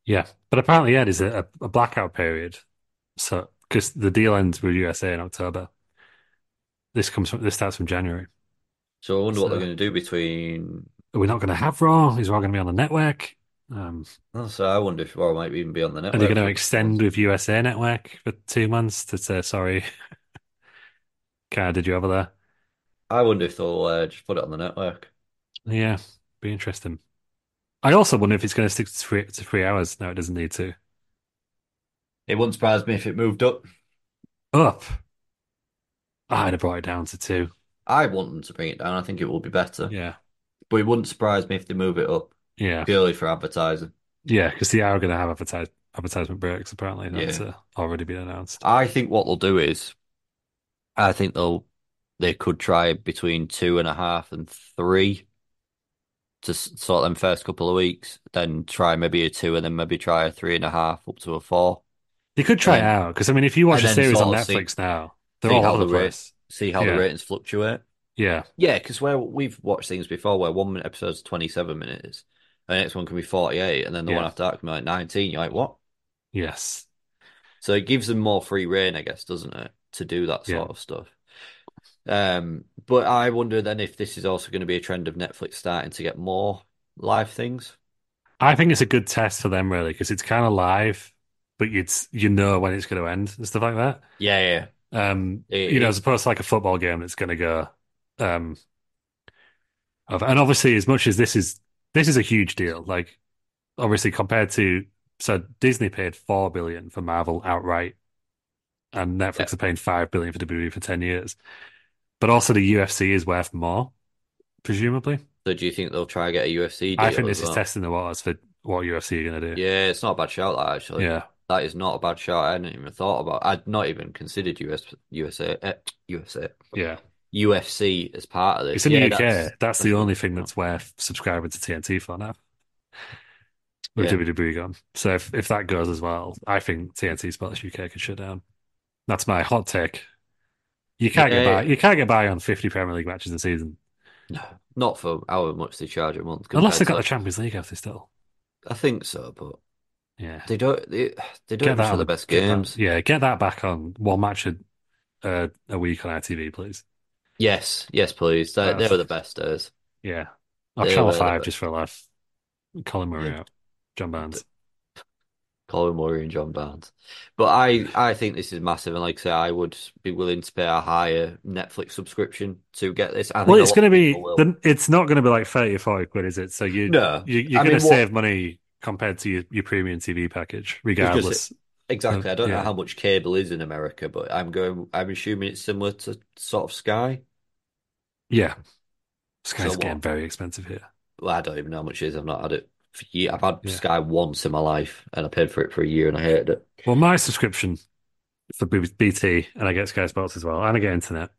S2: Yeah, but apparently, yeah, there's a, a blackout period. So, because the deal ends with USA in October, this comes from this starts from January.
S1: So I wonder what they're
S2: So-
S1: going to do between.
S2: We're not going to have Raw. Is Raw going to be on the network? Um,
S1: oh, So I wonder if Raw might even be on the
S2: are they
S1: network.
S2: going to extend with USA Network for two months to say sorry? Cara, did you over there?
S1: I wonder if they'll uh, just put it on the network.
S2: Yeah, be interesting. I also wonder if it's going to stick to three to three hours. No, it doesn't need to.
S1: It wouldn't surprise me if it moved up.
S2: Up. I'd have brought it down to two.
S1: I want them to bring it down. I think it will be better.
S2: Yeah,
S1: But it wouldn't surprise me if they move it up
S2: yeah.
S1: purely for advertising.
S2: Yeah, because they are going to have advertise advertisement breaks. Apparently,
S1: Yeah.
S2: that's uh, already been announced.
S1: I think what they'll do is, I think they'll they could try between two and a half and three to s- sort them first couple of weeks. Then try maybe a two, and then maybe try a three and a half up to a four.
S2: They could try it
S1: Um,
S2: out because I mean, if you watch
S1: and
S2: a
S1: then
S2: series on
S1: sort of see-
S2: Netflix now, they're
S1: see
S2: all
S1: how
S2: over the
S1: the rate-
S2: place.
S1: See how
S2: Yeah.
S1: the ratings fluctuate.
S2: Yeah.
S1: Yeah, because where we've watched things before where one minute episode's 27 minutes, and the next one can be 48, and then the one
S2: Yeah.
S1: after that can be like 19. You're like, what?
S2: Yes.
S1: So it gives them more free reign, I guess, doesn't it, to do that sort
S2: Yeah.
S1: of stuff. Um, but I wonder then if this is also going to be a trend of Netflix starting to get more live things.
S2: I think it's a good test for them, really, because it's kind of live, but you'd s- you know when it's going to end and stuff like that.
S1: Yeah, yeah.
S2: Um,
S1: It-
S2: you know,
S1: it-
S2: as opposed to like a football game that's going to go. Um, of- and obviously, as much as this is this is a huge deal, like obviously compared to so Disney paid four billion for Marvel outright, and Netflix are paying five billion for WWE for ten years, but also the UFC is worth more, presumably.
S1: So do you think they'll try and get a UFC
S2: I
S1: deal
S2: think
S1: as
S2: this is
S1: well?
S2: testing the waters for what UFC are going to do.
S1: Yeah, it's not a bad shout, that actually.
S2: yeah,
S1: That is not a bad shout. I hadn't even thought about. I'd not even considered US, USA, eh, USA,
S2: yeah.
S1: UFC as part of this.
S2: It's in
S1: Yeah,
S2: the UK.
S1: that's-
S2: That's, the
S1: what-
S2: only thing that's worth subscribing to TNT for now. With
S1: Yeah.
S2: WWE gone. So if, if that goes as well, I think TNT Sports UK could shut down. That's my hot take. You can't get
S1: Yeah.
S2: by. You can't get by on fifty Premier League matches a season
S1: No, not for how much they charge a month.
S2: unless they
S1: compared
S2: got the
S1: to-
S2: Champions League out there still.
S1: I think so, but
S2: Yeah,
S1: they don't. They, they don't
S2: get
S1: even
S2: that
S1: show
S2: on
S1: the best
S2: get that-
S1: games.
S2: yeah, get that back on one match a uh, a week on ITV, please.
S1: Yes, yes, please. They, they
S2: That's-
S1: were the best days.
S2: Yeah, or
S1: They
S2: Channel
S1: were the
S2: Five
S1: best.
S2: just for a life. Colin Murray out, John Barnes.
S1: Colin Murray and John Barnes. But I, I think this is massive. And like I say, I would be willing to pay a higher Netflix subscription to get this. I think
S2: Well,
S1: a
S2: it's
S1: lot
S2: going to
S1: of
S2: be.
S1: people will.
S2: The, it's not going to be like thirty or forty quid, is it? So you
S1: No.
S2: you,
S1: I
S2: you're
S1: mean,
S2: going to
S1: what-
S2: save money compared to your, your premium TV package, regardless.
S1: Exactly. I don't know
S2: yeah.
S1: how much cable is in America, but I'm going. I'm assuming it's similar to sort of Sky.
S2: Yeah, Sky's
S1: So what?
S2: getting very expensive here.
S1: Well, I don't even know how much it is. I've not had it for years. I've had
S2: Yeah.
S1: Sky once in my life, and I paid for it for a year, and I hated it.
S2: Well, my subscription for B- BT and I get Sky Sports as well, and I get internet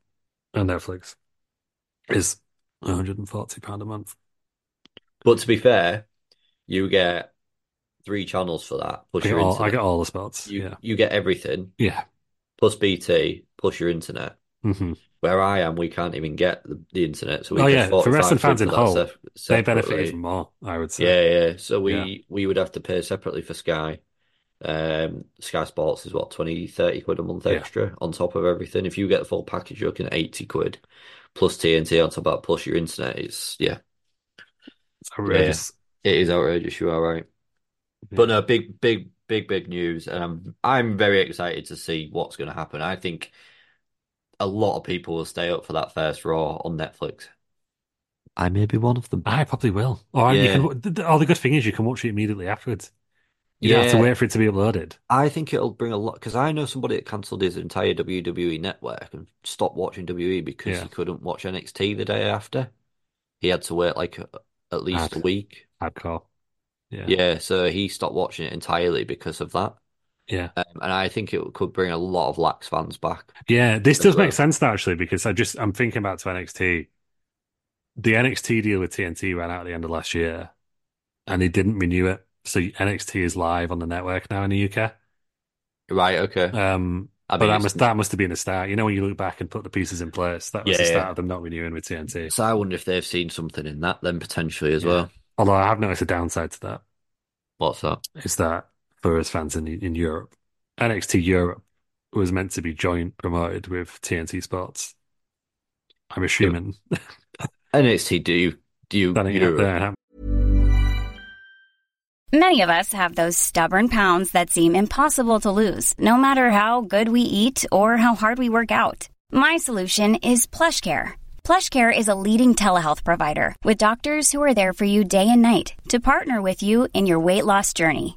S2: and Netflix is one hundred and forty pound a month.
S1: But to be fair, you get three channels for that, plus
S2: I get
S1: your
S2: all, I
S1: internet.
S2: get all the sports.
S1: You
S2: Yeah,
S1: you get everything
S2: yeah.
S1: plus BT plus your internet.
S2: hmm
S1: Where I am, we can't even get the, the internet, so we
S2: Oh,
S1: pay
S2: yeah, for wrestling
S1: 45 quid
S2: fans in
S1: for that
S2: Hull,
S1: sef-
S2: They benefited
S1: separately.
S2: from more, I would say.
S1: Yeah, yeah. So we
S2: Yeah.
S1: we would have to pay separately for Sky. Um, Sky Sports is what, 20, 30 quid a month
S2: Yeah.
S1: extra on top of everything. If you get the full package, you're looking at 80 quid plus TNT on top of that, plus your internet. It's, yeah,
S2: It's outrageous.
S1: it is outrageous. You are right. But no, big, big, big, big news, and I'm I'm very excited to see what's going to happen. I think a lot of people will stay up for that first Raw on Netflix. I may be one of them.
S2: I probably will. Or
S1: Yeah.
S2: you can. th- th- Or the good thing is you can watch it immediately afterwards. You don't have
S1: Yeah.
S2: to wait for it to be uploaded.
S1: I think it'll bring a lot because I know somebody that cancelled his entire WWE network and stopped watching WWE because
S2: Yeah.
S1: he couldn't watch NXT the day after. He had to wait like a, at least a
S2: Mad.
S1: week.
S2: Hardcore. Ah, Yeah.
S1: Yeah, so he stopped watching it entirely because of that.
S2: Yeah.
S1: Um, and I think it could bring a lot of lax fans back.
S2: Yeah, This
S1: As
S2: does make
S1: well.
S2: sense now, actually, because I just I'm thinking back to NXT. The NXT deal with TNT ran out at the end of last year, and they didn't renew it. So NXT is live on the network now in the UK.
S1: Right, okay.
S2: Um,
S1: I
S2: but
S1: mean,
S2: that
S1: it's-
S2: must that must have been the start. You know, when you look back and put the pieces in place, that was the
S1: Yeah, yeah.
S2: start of them not renewing with TNT.
S1: So I wonder if they've seen something in that then potentially as
S2: Yeah.
S1: well.
S2: Although I have noticed a downside to that.
S1: What's that?
S2: is that for us fans in in Europe, NXT Europe was meant to be joint promoted with TNT Sports. I'm assuming
S1: NXT, do you do you
S2: that ain't
S1: Europe?
S2: happening.
S3: Many of us have those stubborn pounds that seem impossible to lose, no matter how good we eat or how hard we work out. My solution is PlushCare. PlushCare is a leading telehealth provider with doctors who are there for you day and night to partner with you in your weight loss journey.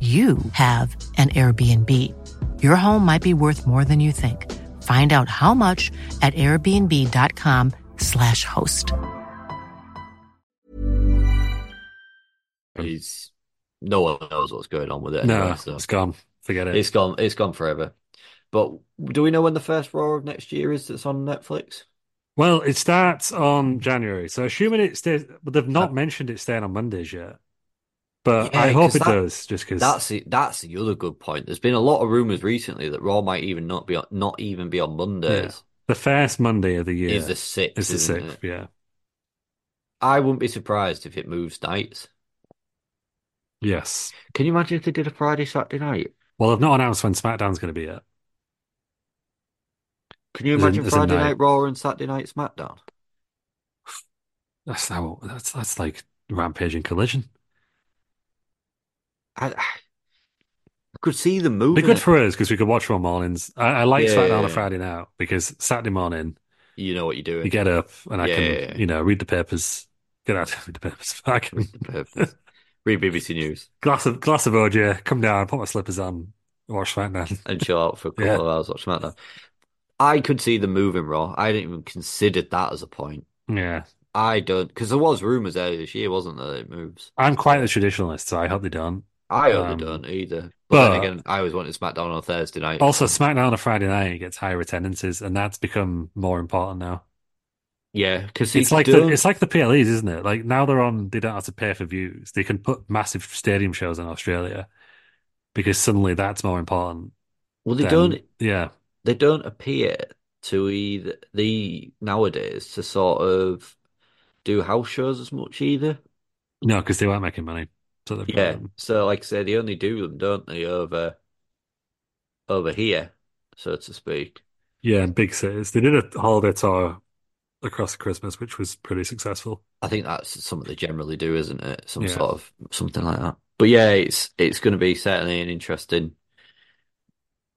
S4: you have an Airbnb. Your home might be worth more than you think. Find out how much at airbnb.com/slash host.
S1: He's no one knows what's going on with it.
S2: No,
S1: anyway, so
S2: it's gone. Forget it.
S1: it's gone. It's gone forever. But do we know when the first Raw of next year is? That's on Netflix.
S2: Well, it starts on January, so assuming it stays, but they've not mentioned it staying on Mondays yet.
S1: Uh,
S2: But
S1: Yeah,
S2: I hope
S1: 'cause
S2: it
S1: that-
S2: does, just because
S1: That's the, that's the other good point. There's been a lot of rumors recently that Raw might even not be on, not even be on Mondays.
S2: the first Monday of the year
S1: Is the sixth?
S2: is the
S1: isn't
S2: sixth.
S1: it?
S2: Yeah,
S1: I wouldn't be surprised if it moves nights.
S2: yes.
S1: Can you imagine if they did a Friday Saturday night?
S2: Well, they've not announced when SmackDown's going to be yet.
S1: Can you
S2: As in-
S1: imagine
S2: as in
S1: Friday
S2: night.
S1: night Raw and Saturday night SmackDown?
S2: That's how. That's that's like Rampage and Collision.
S1: I, I could see them moving.
S2: Be good
S1: it.
S2: for us because we could watch Raw mornings. I, I like
S1: Yeah,
S2: SmackDown
S1: yeah,
S2: on a
S1: yeah.
S2: Friday now because Saturday morning
S1: you know what you're doing.
S2: you get up and I
S1: Yeah,
S2: can
S1: yeah, yeah.
S2: you know read the papers. Get out read the papers. I can
S1: Read the papers. Read BBC News
S2: glass of glass of OJ, come down, put my slippers on, watch SmackDown.
S1: and chill out for a couple
S2: Yeah.
S1: of hours. Watch SmackDown. I could see them moving Raw. I didn't even consider that as a point.
S2: Yeah,
S1: I don't because there was rumors earlier this year, wasn't there? that It moves.
S2: I'm quite a traditionalist, so I hope they don't.
S1: I only
S2: Um,
S1: don't either. But, then
S2: but- Oh,
S1: again, I always wanted SmackDown on Thursday night.
S2: Also, SmackDown on a Friday night gets higher attendances, and that's become more important now.
S1: yeah, because
S2: It's like the it's like the PLEs, isn't it? Like now they're on; they don't have to pay for views. They can put massive stadium shows in Australia because suddenly that's more important.
S1: well, they
S2: than-
S1: don't
S2: Yeah,
S1: they don't appear to either the nowadays to sort of do house shows as much either.
S2: no, because they weren't making money. So they've got
S1: Yeah.
S2: them.
S1: So, like I say, they only do them, don't they, over over here, so to speak.
S2: yeah, and big cities. They did a holiday tour across Christmas, which was pretty successful.
S1: I think that's something they generally do, isn't it? Some
S2: Yeah.
S1: sort of something like that. But yeah, it's it's going to be certainly an interesting.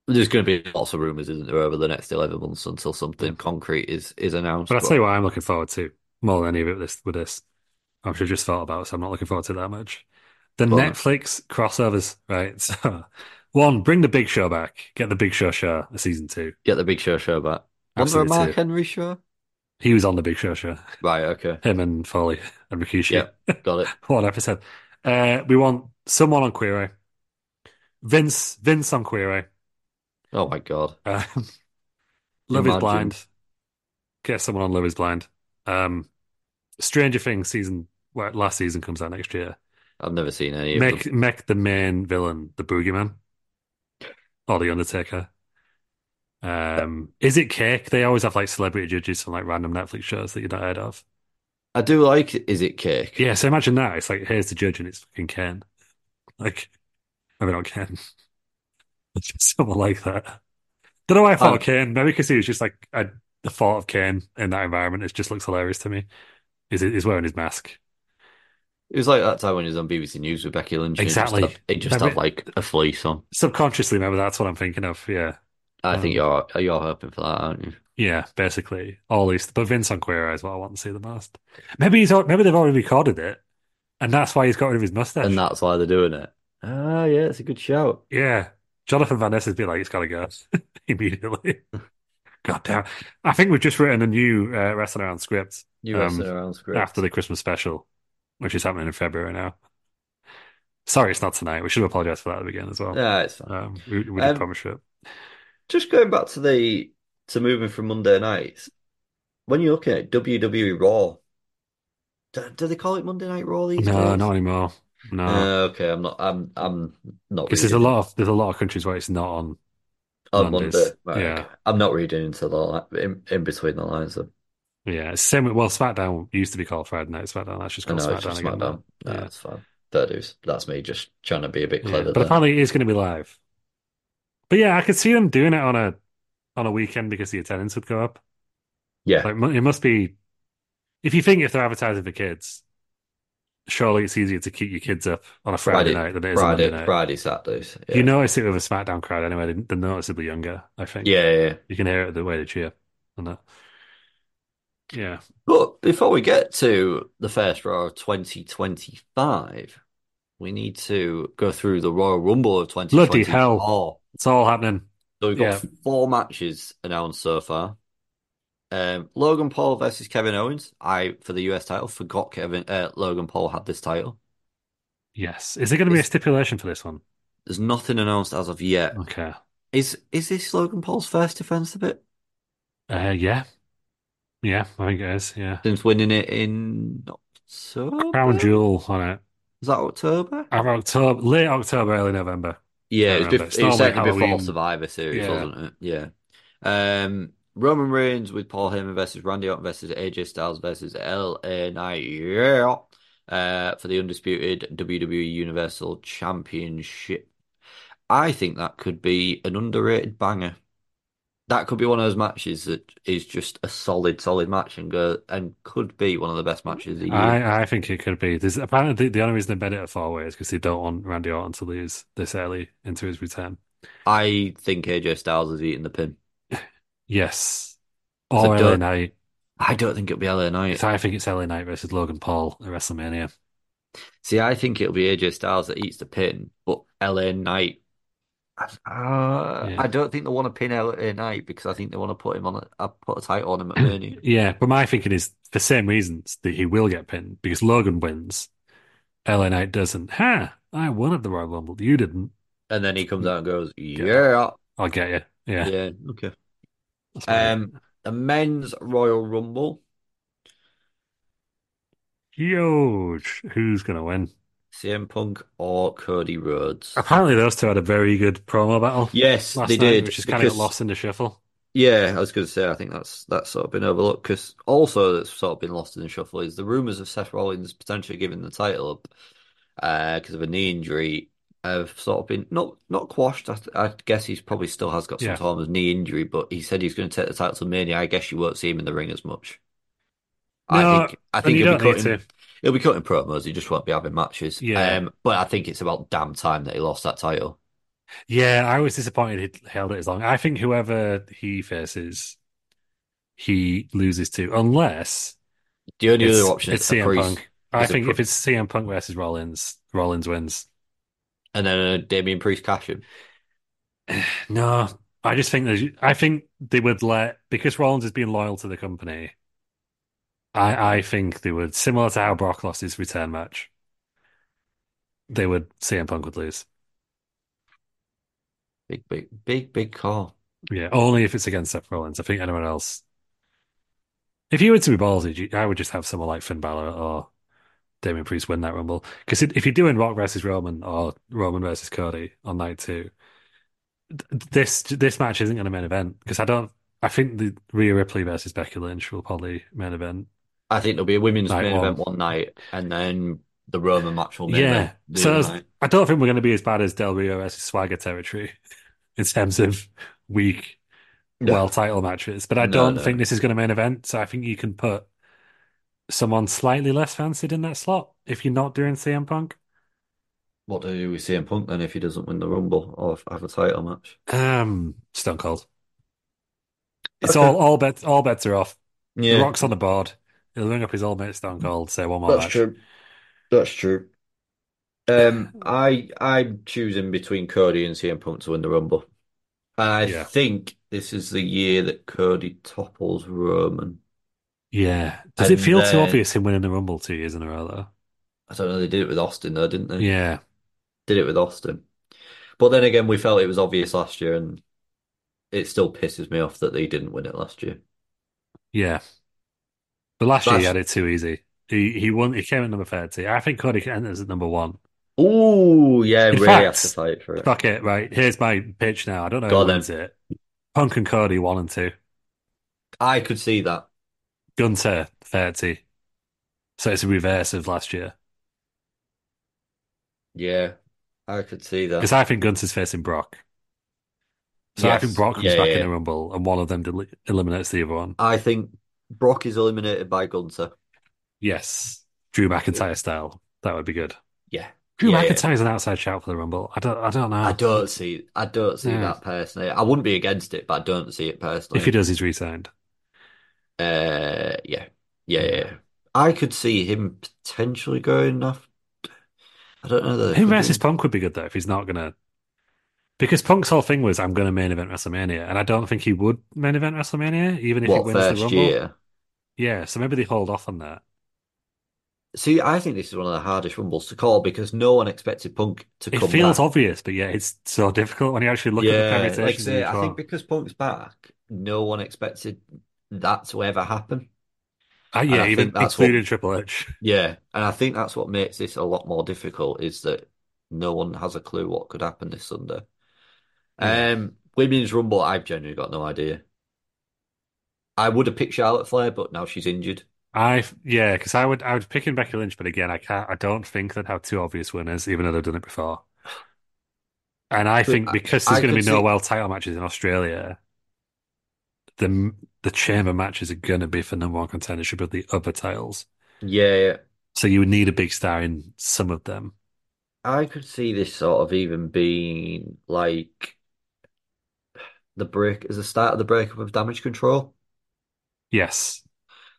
S1: There's going to be lots of rumors, isn't there, over the next eleven months until something concrete is is announced.
S2: But I'll tell you what I'm looking forward to more than any of it with this, with this. I should have just thought about it, so I'm not looking forward to it that much. The
S1: Go on.
S2: Netflix crossovers, right? So, one, bring the Big Show back. Get the Big Show show, a season two.
S1: Get the Big Show show back. Was there a
S2: Absolutely.
S1: Mark Henry show?
S2: He was on the Big Show show.
S1: Right. Okay.
S2: Him and Foley and Rikishi.
S1: Yeah. Got it.
S2: One episode. Uh, we want someone on Queer Eye. Vince, Vince on Queer Eye.
S1: Oh my God.
S2: Um, Love is
S1: Imagine.
S2: Blind. Get someone on Love is Blind. Um, Stranger Things season, well, last season comes out next year.
S1: I've never seen any of
S2: Make
S1: them.
S2: make the main villain the boogeyman or the Undertaker. Um, is it cake? They always have like celebrity judges from like random Netflix shows that you've not heard of.
S1: I do like Is It Cake?
S2: Yeah, so imagine that. It's like here's the judge and it's fucking Ken. Like, maybe not Ken. Someone like that. Don't know why I thought
S1: Um,
S2: of Ken. Maybe because he was just like I, the thought of Ken in that environment. It just looks hilarious to me. Is he's wearing his mask?
S1: It was like that time when he was on BBC News with Becky Lynch. and he just
S2: Exactly.
S1: had- He just
S2: Maybe-
S1: had like a fleece on.
S2: Subconsciously, maybe that's what I'm thinking of. Yeah.
S1: I think
S2: Um,
S1: you're you're hoping for that, aren't you?
S2: Yeah, basically. All these, but Vincent Quero is what I want to see the most. Maybe he's al- maybe they've already recorded it, and that's why he's got rid of his mustache.
S1: And that's why they're doing it. Ah, yeah, it's a good shout.
S2: Yeah, Jonathan Van Ness has been like, it's got to go immediately. God damn! I think we've just written a new uh, wrestling around script
S1: You
S2: Um,
S1: wrestling around script.
S2: after the Christmas special, which is happening in February now. Sorry, it's not tonight. We should apologize for that at the beginning as well.
S1: Yeah, it's fine.
S2: Um, we, we did
S1: Um,
S2: promise it.
S1: Just going back to the to moving from Monday nights, when you're looking at WWE E Raw, do, do they call it Monday Night Raw these
S2: No,
S1: days?
S2: not anymore. No,
S1: Uh, okay, I'm not. I'm. I'm not.
S2: because there's a
S1: reading
S2: lot of there's a lot of countries where it's not on.
S1: on
S2: Mondays.
S1: Monday. Right,
S2: Yeah.
S1: okay. I'm not reading into the li- in, in between the lines. Though.
S2: Yeah, it's same. with- Well, SmackDown used to be called Friday Night SmackDown. That's just
S1: I
S2: called
S1: know it's
S2: SmackDown
S1: just
S2: again. now.
S1: SmackDown. No,
S2: Yeah.
S1: it's fine. Fair dues. That's me just trying to be a bit
S2: Yeah,
S1: clever
S2: but
S1: there.
S2: apparently it is going to be live. But yeah, I could see them doing it on a on a weekend because the attendance would go up.
S1: Yeah,
S2: Like mu- it must be, if you think if they're advertising for kids, surely it's easier to keep your kids up on a Friday,
S1: Friday-
S2: night than it is
S1: Friday,
S2: a Monday night.
S1: Friday, Saturdays. Yeah.
S2: You notice it with a SmackDown crowd anyway; they're- they're noticeably younger. I think.
S1: Yeah, yeah, yeah.
S2: you can hear it the way they cheer and that. Yeah,
S1: But before we get to the first Raw of 2025, we need to go through the Royal Rumble of
S2: Bloody
S1: 2024.
S2: hell. it's all happening.
S1: So we've got
S2: Yeah.
S1: four matches announced so far. Um, Logan Paul versus Kevin Owens. I, for the US title, forgot Kevin uh, Logan Paul had this title.
S2: Yes, is there going to be a
S1: It's-
S2: stipulation for this one?
S1: There's nothing announced as of yet.
S2: Okay.
S1: Is is this Logan Paul's first defense of it
S2: Uh, yeah, yeah, I think it is. Yeah,
S1: since winning it in October?
S2: crown jewel on it.
S1: Is that October?
S2: Of October, late October, early November.
S1: Yeah, it was,
S2: Can't
S1: bef-
S2: remember. It's
S1: it was
S2: normally
S1: certainly before
S2: Halloween.
S1: Survivor Series,
S2: Yeah.
S1: wasn't it? Yeah. Um, Roman Reigns with Paul Heyman versus Randy Orton versus AJ Styles versus LA Knight. Yeah. Uh, for the undisputed WWE Universal Championship. I think that could be an underrated banger. That could be one of those matches that is just a solid, solid match and go and could be one of the best matches of the year.
S2: I, I think it could be. There's, apparently, the, the only reason they made it a four way is because they don't want Randy Orton to lose this early into his return.
S1: I think AJ Styles is eating the pin.
S2: Yes,
S1: So
S2: or LA
S1: don't-
S2: Knight.
S1: I don't think it'll be LA Knight.
S2: So I think it's LA Knight versus Logan Paul at WrestleMania.
S1: See, I think it'll be AJ Styles that eats the pin, but LA Knight. Uh,
S2: Yeah.
S1: I don't think they want to pin LA Knight because I think they want to put him on a, uh, put a title on him at Mania.
S2: Yeah, but my thinking is for the same reasons that he will get pinned because Logan wins, LA Knight doesn't. Ha! I won at the Royal Rumble. You didn't.
S1: And then he comes out and goes, Yeah,
S2: Yeah. I'll get you. Yeah.
S1: yeah, okay.
S2: that's my-
S1: Um, the men's Royal Rumble.
S2: huge. Who's gonna win?
S1: CM Punk or Cody Rhodes?
S2: Apparently, those two had a very good promo battle
S1: Yes,
S2: last
S1: they
S2: night,
S1: did
S2: which has kind of
S1: because
S2: got lost in the shuffle.
S1: Yeah, I was going to say, I think that's that's sort of been overlooked because also that's sort of been lost in the shuffle is the rumors of Seth Rollins potentially giving the title up uh, because of a knee injury have sort of been not not quashed. I, th- I guess he's probably still has got some
S2: Yeah.
S1: form of knee injury, but he said he's going to take the title to Mania. I guess you won't see him in the ring as much. I
S2: No,
S1: think I
S2: and
S1: think
S2: you
S1: he'll be
S2: don't need
S1: cutting
S2: to.
S1: he'll be cutting promos. He just won't be having matches.
S2: Yeah.
S1: Um, but I think it's about damn time that he lost that title.
S2: Yeah, I was disappointed he held it as long. I think whoever he faces, he loses to, unless
S1: The only
S2: it's,
S1: other option
S2: it's
S1: is a
S2: CM
S1: priest.
S2: Punk. I
S1: It's a
S2: think
S1: pre-
S2: if it's CM Punk versus Rollins, Rollins wins.
S1: and then uh, Damian Priest cash him.
S2: No, I just think there's, I think they would let because Rollins has been loyal to the company. I I think they would similar to how Brock lost his return match. They would CM Punk would lose.
S1: Big, big, big, big call.
S2: Yeah, only if it's against Seth Rollins. I think anyone else. If you were to be ballsy, you- I would just have someone like Finn Balor or Damien Priest win that Rumble. Because if you're doing Rock versus Roman or Roman versus Cody on night two, th- this this match isn't going to main event because I don't. I think the Rhea Ripley versus Becky Lynch will probably main event.
S1: I think there'll be a women's
S2: Night
S1: main
S2: one.
S1: event one night, and then the Roman match will main
S2: Yeah,
S1: event the
S2: so
S1: other
S2: it's-
S1: night.
S2: I don't think we're going to be as bad as Del Rio versus Swagger territory in terms of weak
S1: No.
S2: world title matches, but I
S1: No,
S2: don't
S1: no.
S2: think this is going to main event. So I think you can put someone slightly less fancied in that slot if you're not doing CM Punk.
S1: What do we do with CM Punk then if he doesn't win the Rumble or have a title match?
S2: Um, Stone Cold. It's all all bets all bets are off.
S1: Yeah,
S2: The Rock's on the board. He'll ring up his old mate Stone Cold, say one more
S1: that's
S2: match.
S1: true. That's true. Um, I I'm choosing between Cody and CM Punk to win the Rumble. I
S2: Yeah.
S1: think this is the year that Cody topples Roman.
S2: Yeah. Does
S1: And
S2: it feel too
S1: then-
S2: obvious him winning the Rumble two years in a row
S1: I don't know. They did it with Austin, though, didn't
S2: though?
S1: they?
S2: Yeah.
S1: Did it with Austin. But then again, we felt it was obvious last year, and it still pisses me off that they didn't win it last year.
S2: Yeah. The last year he
S1: Last-
S2: had it too easy. He he won he came at number thirty. I think Cody enters at number one.
S1: Ooh, yeah,
S2: In
S1: really have
S2: fact,
S1: to fight for it.
S2: Fuck it, right. Here's my pitch now. I don't know
S1: Go
S2: who
S1: on then.
S2: wins it. Punk and Cody one and two.
S1: I could see that.
S2: Gunter thirty. So it's a reverse of last year.
S1: Yeah, I could see that.
S2: Because I think Gunter's facing Brock. So I
S1: Yes.
S2: think Brock comes
S1: Yeah,
S2: back
S1: yeah,
S2: in
S1: yeah.
S2: the Rumble and one of them del eliminates the other one.
S1: I think Brock is eliminated by Gunter.
S2: Yes. Drew McIntyre style. That would be good.
S1: Yeah.
S2: Drew
S1: Yeah, yeah.
S2: McIntyre's an outside shout for the Rumble. I don't I don't know.
S1: I don't see I don't see
S2: Ah, Yeah.
S1: that personally. I wouldn't be against it, but I don't see it personally.
S2: If he does, he's re-signed.
S1: Uh, yeah. Yeah, yeah. yeah. I could see him potentially going off. I don't know though.
S2: Him
S1: Could
S2: versus
S1: he?
S2: Punk would be good though if he's not gonna because Punk's whole thing was I'm gonna main event WrestleMania, and I don't think he would main event WrestleMania, even if he
S1: What,
S2: wins the
S1: first
S2: Rumble.
S1: year?
S2: Yeah, so maybe they hold off on that.
S1: See, I think this is one of the hardest Rumbles to call because no one expected Punk to
S2: It
S1: come
S2: feels
S1: back.
S2: obvious, but yeah, it's so difficult when you actually look
S1: Yeah,
S2: at
S1: like
S2: the permutations
S1: I
S2: of
S1: say,
S2: each
S1: I
S2: one.
S1: think because Punk's back, no one expected that to ever happen.
S2: Ah, yeah,
S1: and I
S2: even
S1: think that's what-
S2: including Triple H.
S1: Yeah, and I think that's what makes this a lot more difficult is that no one has a clue what could happen this Sunday.
S2: Yeah.
S1: Um, women's Rumble, I've genuinely got no idea. I would have picked Charlotte Flair, but now she's injured.
S2: I yeah, because I would I would pick in Becky Lynch, but again, I can't. I don't think they'd have two obvious winners, even though they've done it before. And I
S1: But
S2: think
S1: I-
S2: because there's
S1: I
S2: going to be
S1: could
S2: no
S1: see-
S2: world title matches in Australia, the the chamber matches are going to be for number one contendership of the other titles.
S1: Yeah, yeah.
S2: So you would need a big star in some of them.
S1: I could see this sort of even being like the break as the start of the breakup of Damage Control.
S2: Yes,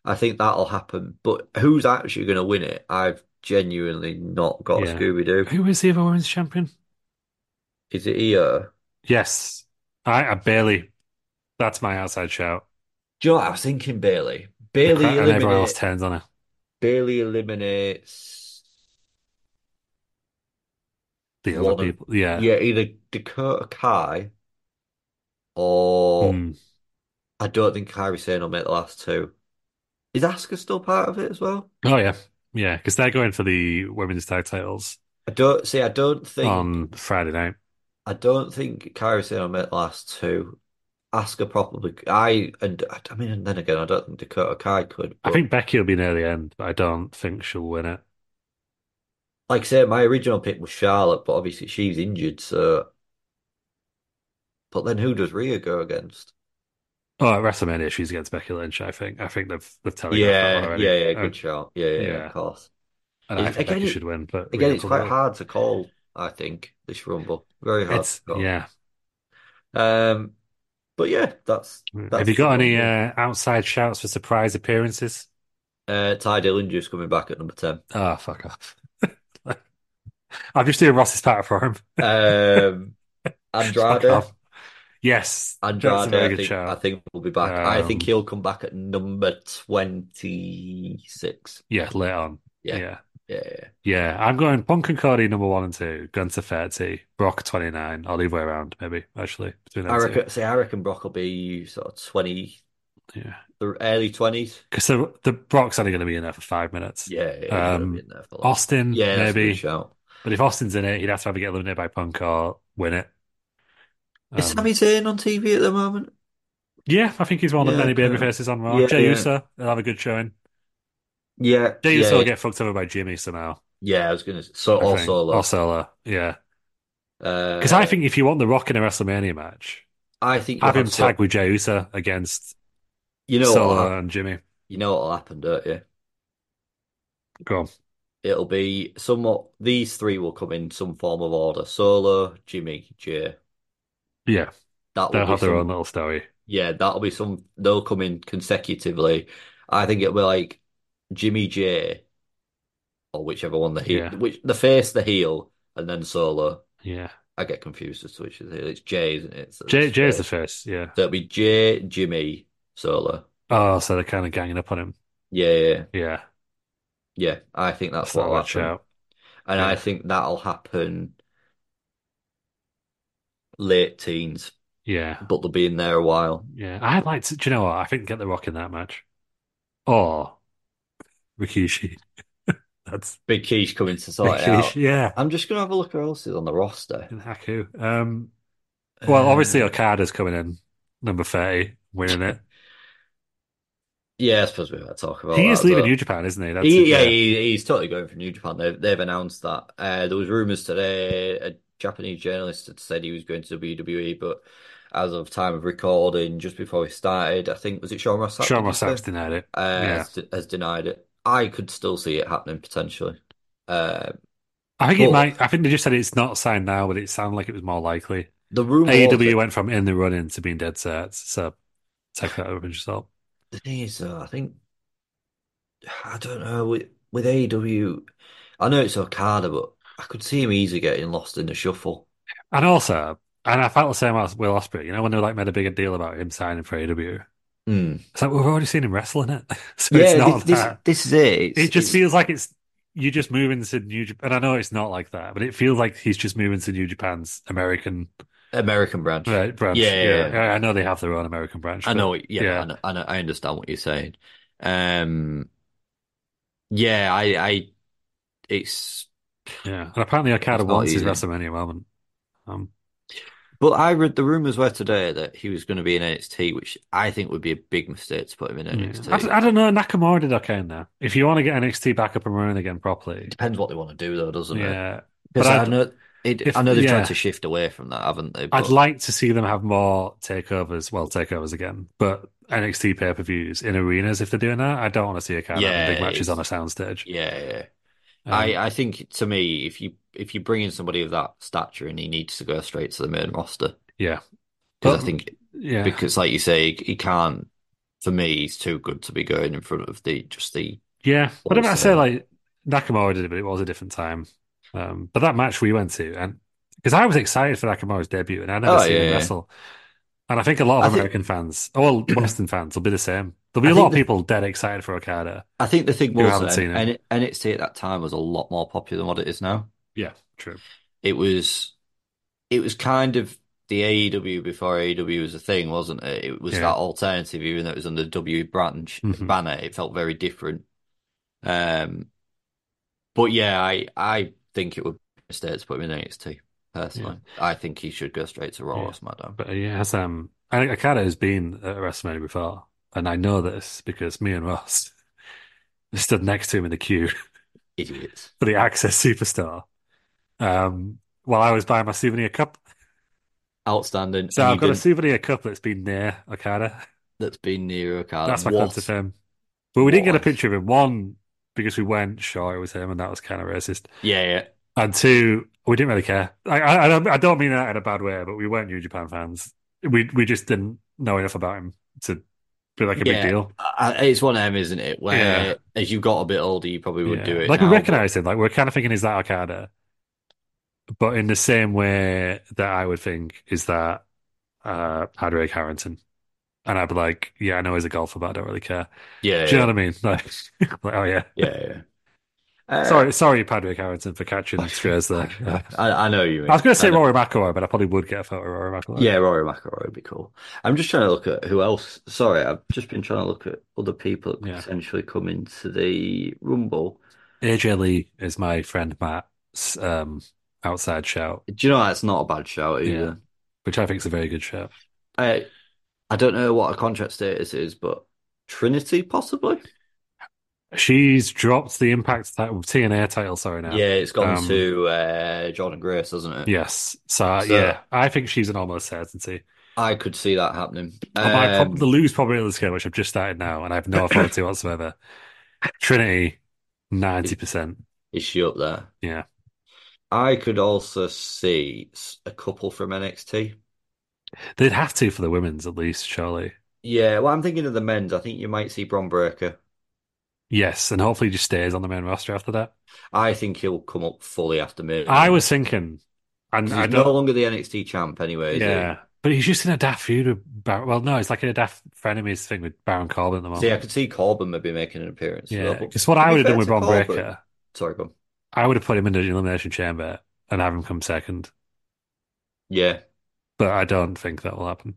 S1: I think that'll happen. But who's actually going to win it? I've genuinely not got a
S2: Yeah.
S1: Scooby-Doo.
S2: who is the other women's champion?
S1: Is it E Io?
S2: Yes, I, I barely. That's my outside shout.
S1: Do you know what I was thinking, Bailey?
S2: The
S1: Bailey
S2: crowd- and everyone else
S1: eliminate-
S2: turns on her.
S1: Bailey eliminates
S2: The other
S1: One of-
S2: people, yeah.
S1: yeah, either Dakota Kai or
S2: Hmm.
S1: I don't think Kairi Sane will make the last two. Is Asuka still part of it as well?
S2: Oh yeah, yeah, because they're going for the women's tag titles
S1: I don't see. I don't think.
S2: on Friday night.
S1: I don't think Kairi Sane will make the last two. Asuka probably. I and I mean, and then again, I don't think Dakota Kai could.
S2: I
S1: but
S2: think Becky will be near the end, but I don't think she'll win it.
S1: like I say, my original pick was Charlotte, but obviously she's injured. So, but then who does Rhea go against?
S2: Oh, at WrestleMania, she's against Becky Lynch. I think. I think they've they've telegraphed that one
S1: Yeah,
S2: already.
S1: yeah, yeah.
S2: Um,
S1: Good shout. Yeah, yeah, yeah,
S2: yeah.
S1: of course.
S2: and I
S1: It's-
S2: think
S1: again,
S2: Becky
S1: it-
S2: should win, but
S1: Again,
S2: Rhea
S1: it's
S2: probably
S1: quite
S2: won't.
S1: hard to call, I think, this Rumble. Very hard
S2: It's
S1: to call.
S2: yeah.
S1: Um, but yeah, that's
S2: Mm. Hmm. Have
S1: that's
S2: you
S1: the
S2: got any
S1: Rumble.
S2: uh, outside shouts for surprise appearances?
S1: Uh, Ty Dillinger's coming back at number 10.
S2: Oh, fuck off. I'm just doing Ross's pattern for him.
S1: Um,
S2: Fuck
S1: Andrade,
S2: off. Yes, that's a
S1: Andrade,
S2: very
S1: I
S2: good
S1: think
S2: shout.
S1: I think will be back. I think
S2: Um,
S1: he'll come back at number 26.
S2: Yeah, later on.
S1: Yeah.
S2: yeah.
S1: Yeah, yeah.
S2: Yeah, I'm going Punk and Cody number one and two, Gunter 30, Brock 29. I'll leave way around, maybe, actually, between
S1: I
S2: those two.
S1: reckon, see, I reckon Brock will be sort of 20,
S2: Yeah.
S1: the early 20s.
S2: Because the, the Brock's only going to be in there for five minutes.
S1: Yeah, yeah, yeah, he'll
S2: Um,
S1: be in there for long.
S2: Austin,
S1: Yeah, that's a good
S2: maybe.
S1: shout.
S2: But if Austin's in it, he'd have to either get eliminated by Punk or win it.
S1: Is
S2: Um,
S1: Sami Zayn on TV at the moment?
S2: yeah, I think he's one of the
S1: Yeah,
S2: many
S1: kinda.
S2: babyfaces on Raw.
S1: Yeah,
S2: Jay
S1: yeah.
S2: Uso, he'll have a good showing.
S1: Yeah,
S2: Jay
S1: yeah,
S2: Uso will
S1: yeah.
S2: get fucked over by Jimmy somehow.
S1: Yeah, I was gonna s- so
S2: I
S1: or
S2: think.
S1: solo.
S2: Or Solo, yeah. Because
S1: Uh,
S2: I think if you want The Rock in a WrestleMania match,
S1: I think
S2: have
S1: you'll
S2: him
S1: so-
S2: tag with Jay Uso against
S1: you know what'll
S2: Solo
S1: hap-
S2: and Jimmy.
S1: you know what'll happen, don't you?
S2: Go on.
S1: It'll be somewhat these three will come in some form of order. Solo, Jimmy, Jay.
S2: Yeah.
S1: That will
S2: They'll
S1: be
S2: have their
S1: some
S2: own little story.
S1: Yeah, that'll be some. They'll come in consecutively. I think it'll be like Jimmy J, or whichever one the heel,
S2: Yeah.
S1: which the face, the heel, and then Solo.
S2: Yeah.
S1: I get confused as to which is it. It's J, isn't it? So
S2: Jay,
S1: it's
S2: Jay's the
S1: J.
S2: first. Yeah.
S1: So it'll be J, Jimmy, Solo.
S2: Oh, so they're kind of ganging up on him.
S1: Yeah, yeah,
S2: Yeah.
S1: yeah. I think that's
S2: Start
S1: what'll
S2: that
S1: happen.
S2: shout.
S1: And I
S2: Yeah.
S1: think that'll happen late teens,
S2: Yeah.
S1: but they'll be in there a while.
S2: Yeah. I'd like to. Do you know what? I think get The Rock in that match. Or Rikishi. That's
S1: Big Key's coming to sort it out.
S2: Rikishi. Yeah.
S1: I'm just gonna have a look who else is on the roster.
S2: And Haku. Um, well, obviously,
S1: Uh,
S2: Okada's coming in number 30, winning it.
S1: yeah, I suppose we better talk about
S2: He is
S1: that,
S2: leaving
S1: though.
S2: New Japan, isn't he? That's
S1: He-
S2: it,
S1: yeah, he, he's totally going for New Japan. They've, they've announced that. Uh, there was rumors today. A Japanese journalist had said he was going to WWE, but as of time of recording, just before we started, I think was it Sean Ross Sapp,
S2: Sean
S1: did you
S2: Ross
S1: say?
S2: Sapp's denied it.
S1: Uh,
S2: Yeah.
S1: has, has denied it. I could still see it happening potentially. Uh,
S2: I think it
S1: But-
S2: might. I think they just said it's not signed now, but it sounded like it was more likely.
S1: the rumor was
S2: AEW
S1: that-
S2: E went from in the running to being dead sets. So take that over yourself.
S1: The thing is, though, I think I don't know with with AEW. I know it's Okada, but I could see him easily getting lost in the shuffle.
S2: And also, and I felt the same as Will Osprey. You know, when they like made a big deal about him signing for AEW, it's like we've already seen him wrestling it, so
S1: Hmm. Yeah,
S2: it's not
S1: this, this
S2: that.
S1: this is it. It's,
S2: it just
S1: it's-
S2: feels like it's you just move into New Japan. And I know it's not like that, but it feels like he's just moving to New Japan's American
S1: American branch.
S2: uh, branch.
S1: Yeah, yeah,
S2: I know they have their own American branch.
S1: I
S2: but-
S1: know. it- Yeah,
S2: yeah.
S1: I know, I know. I understand what you're saying. Um, yeah, I, I, it's.
S2: Yeah, and apparently Okada
S1: It's not
S2: wants his
S1: easy.
S2: WrestleMania moment. Um,
S1: But I read the rumors were today that he was going to be in NXT, which I think would be a big mistake to put him in
S2: yeah.
S1: NXT.
S2: I, I don't know. Nakamura did okay in there. If you want to get NXT back up and running again properly,
S1: It depends what they want to do, though, doesn't it?
S2: yeah.
S1: Because
S2: But
S1: I
S2: I'd-
S1: know it,
S2: if-
S1: I know they've
S2: yeah.
S1: tried to shift away from that, haven't they?
S2: I'd
S1: But
S2: like to see them have more takeovers. Well, takeovers again, but NXT pay per views in arenas if they're doing that. I don't want to see a kind
S1: Yeah,
S2: of big matches
S1: it's-
S2: on a soundstage.
S1: yeah, yeah.
S2: Um,
S1: I, I think to me, if you if you bring in somebody of that stature and he needs to go straight to the main roster,
S2: yeah,
S1: because
S2: But-
S1: I think
S2: yeah,
S1: because like you say, he, he can't. For me, he's too good to be going in front of the just the
S2: yeah. But I
S1: Well,
S2: might
S1: so-
S2: say like Nakamura did it, but it was a different time. Um, but that match we went to, and because I was excited for Nakamura's debut, and I never
S1: Oh,
S2: seen
S1: yeah,
S2: him
S1: yeah.
S2: wrestle, and I think a lot
S1: I
S2: of
S1: think-
S2: American fans, or well, Western fans, will be the same. There'll be
S1: I
S2: a
S1: think
S2: lot of
S1: the-
S2: people dead excited for Okada.
S1: I think the thing
S2: You
S1: was
S2: haven't
S1: then,
S2: seen him.
S1: and and NXT at that time was a lot more popular than what it is now.
S2: Yeah, true.
S1: It was it was kind of the AEW before AEW was a thing, wasn't it? It was
S2: Yeah.
S1: that alternative, even though it was under W branch
S2: Mhm.
S1: banner, it felt very different. Um, but yeah, I I think it would be a mistake to put him in NXT personally. I think he should go straight to Raw
S2: Yeah.
S1: or SmackDown.
S2: But he has um I think Okada has been at WrestleMania before, and I know this because me and Ross stood next to him in the queue
S1: Idiots.
S2: for the Access Superstar. Um while I was buying my souvenir cup.
S1: Outstanding.
S2: So
S1: And you
S2: I've got a
S1: didn't-
S2: souvenir cup that's been near Okada.
S1: that's been near Okada.
S2: That's my
S1: Uh, What?
S2: claim to fame. But we didn't get a
S1: What?
S2: picture of him. One, because we weren't sure it was him and that was kind of racist.
S1: Yeah, yeah.
S2: And two, we didn't really care. I I, I don't I don't mean that in a bad way, but we weren't New Japan fans. We we just didn't know enough about him to be like a big
S1: Yeah.
S2: deal.
S1: I, I- it's one of them, isn't it? Where
S2: Yeah.
S1: as you got a bit older, you probably would
S2: Yeah.
S1: do it.
S2: Like
S1: now,
S2: we
S1: but-
S2: recognize him, like we're kind of thinking is that Okada, but in the same way that I would think is that uh Adrian Harrington, and I'd be like, yeah, I know he's a golfer, but I don't really care.
S1: Yeah,
S2: Do you
S1: yeah,
S2: know what I mean? Like, like, oh yeah,
S1: yeah, yeah. Uh,
S2: sorry, sorry, Patrick Harrington for catching strays there. Yeah.
S1: I, I know you.
S2: I was going to say
S1: mean. uh,
S2: Rory McIlroy, but I probably would get a photo of Rory McIlroy.
S1: Yeah, Rory McIlroy would be cool. I'm just trying to look at who else. Sorry, I've just been trying to look at other people that could
S2: Yeah.
S1: potentially come into the Rumble.
S2: AJ Lee is my friend Matt's um, outside shout,
S1: Do you know that's not a bad shout
S2: yeah,
S1: either.
S2: which I think is a very good shout.
S1: I I don't know what her contract status is, but Trinity possibly.
S2: She's dropped the Impact title, TNA title, sorry now.
S1: Yeah, it's gone
S2: Um,
S1: to uh, Jordan Grace, hasn't it?
S2: Yes. So, uh,
S1: So-
S2: yeah, I think she's an almost certainty.
S1: I could see that happening.
S2: And my prob-
S1: Um,
S2: the lose probability on the scale, which I've just started now, and I have no authority whatsoever. Trinity, ninety percent.
S1: Is she up there?
S2: Yeah.
S1: I could also see s- a couple from NXT.
S2: They'd have to for the women's at least, surely.
S1: Yeah, well, I'm thinking of the men's. I think you might see Bron Breaker.
S2: Yes, and hopefully he just stays on the main roster after that.
S1: I think he'll come up fully after me.
S2: I was thinking, and
S1: He's
S2: I
S1: no
S2: don't,
S1: longer the NXT champ, anyway. Is he?
S2: yeah, but he's just in a daft feud with Bar- Well, no, it's like in a daft frenemies thing with Baron Corbin at the moment.
S1: See, I could see Corbin maybe making an appearance.
S2: yeah,
S1: but
S2: because what
S1: to
S2: I
S1: be
S2: would have
S1: fair
S2: done with
S1: to
S2: Bron
S1: Corbin-
S2: Breaker,
S1: Sorry, Bron.
S2: I would have put him in the elimination chamber and have him come second.
S1: Yeah,
S2: But I don't think that will happen.